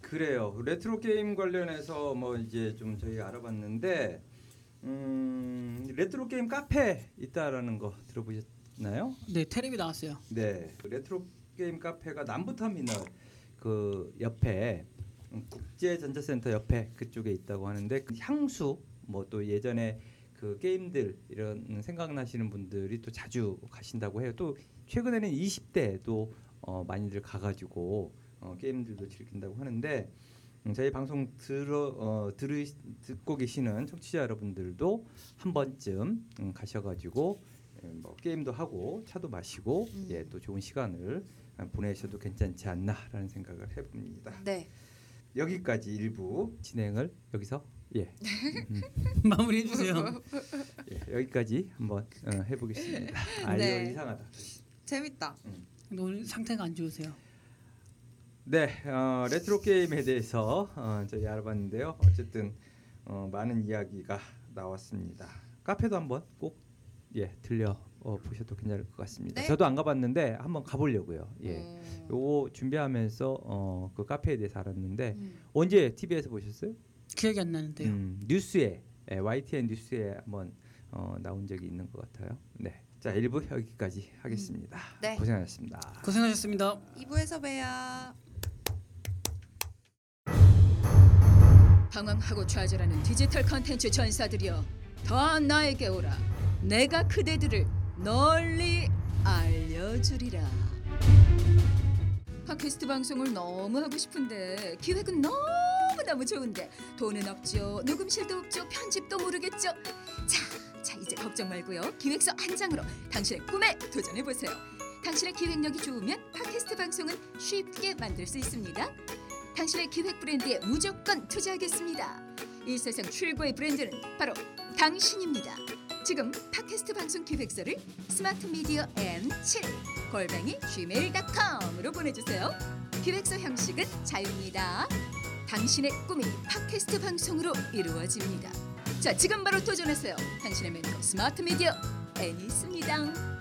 Speaker 1: 그래요. 레트로 게임 관련해서 뭐 이제 좀 저희 알아봤는데 음, 레트로 게임 카페 있다라는 거 들어보셨나요?
Speaker 3: 네 테레비 나왔어요 [LAUGHS]
Speaker 1: 네. 레트로 게임 카페가 남부터미널 음, 그 옆에 국제전자센터 옆에 그쪽에 있다고 하는데 그 향수 뭐 또 예전에 그 게임들 이런 생각나시는 분들이 또 자주 가신다고 해요. 또 최근에는 20대도 어, 많이들 가가지고 어, 게임들도 즐긴다고 하는데 음, 저희 방송 들어 어, 들으 듣고 계시는 청취자 여러분들도 한 번쯤 음, 가셔가지고 음, 뭐 게임도 하고 차도 마시고
Speaker 2: 음.
Speaker 1: 예, 또 좋은 시간을 아, 보내셔도 괜찮지 않나라는 생각을 해봅니다.
Speaker 2: 네.
Speaker 1: 여기까지 일부 진행을 여기서 예,
Speaker 3: 마무리해 주세요.
Speaker 2: [LAUGHS]
Speaker 1: 예, 여기까지 한번 어, 해보겠습니다. 아
Speaker 2: 네.
Speaker 1: 이거 이상하다.
Speaker 2: 재밌다.
Speaker 3: 오늘 상태가 안 좋으세요.
Speaker 1: 네, 어, 레트로 게임에 대해서 어, 저희 알아봤는데요. 어쨌든 어, 많은 이야기가 나왔습니다. 카페도 한번 꼭 예, 들려 어, 보셔도 괜찮을 것 같습니다.
Speaker 2: 네.
Speaker 1: 저도 안 가봤는데 한번 가보려고요. 예,
Speaker 2: 음.
Speaker 1: 요거 준비하면서 어, 그 카페에 대해서 알았는데
Speaker 2: 음.
Speaker 1: 언제 TV에서 보셨어요?
Speaker 3: 기억이 안 나는데요.
Speaker 1: 음, 뉴스에 예, YTN 뉴스에 한번 어, 나온 적이 있는 것 같아요. 네, 자 1부 여기까지 하겠습니다.
Speaker 3: 음,
Speaker 2: 네.
Speaker 1: 고생하셨습니다.
Speaker 3: 고생하셨습니다.
Speaker 2: 2부에서 봬요.
Speaker 4: 방황하고 좌절하는 디지털 컨텐츠 전사들이여 더 나에게 오라 내가 그대들을 널리 알려주리라 팟캐스트 방송을 너무 하고 싶은데 기획은 너무너무 좋은데 돈은 없죠 녹음실도 없죠 편집도 모르겠죠 자, 자 이제 걱정 말고요 기획서 한 장으로 당신의 꿈에 도전해보세요 당신의 기획력이 좋으면 팟캐스트 방송은 쉽게 만들 수 있습니다 당신의 기획 브랜드에 무조건 투자하겠습니다. 이 세상 최고의 브랜드는 바로 당신입니다. 지금 팟캐스트 방송 기획서를 스마트 미디어 M7 골뱅이 gmail.com으로 보내주세요. 기획서 형식은 자유입니다. 당신의 꿈이 팟캐스트 방송으로 이루어집니다. 자, 지금 바로 도전하세요. 당신의 멘토 스마트 미디어 N이 있습니다.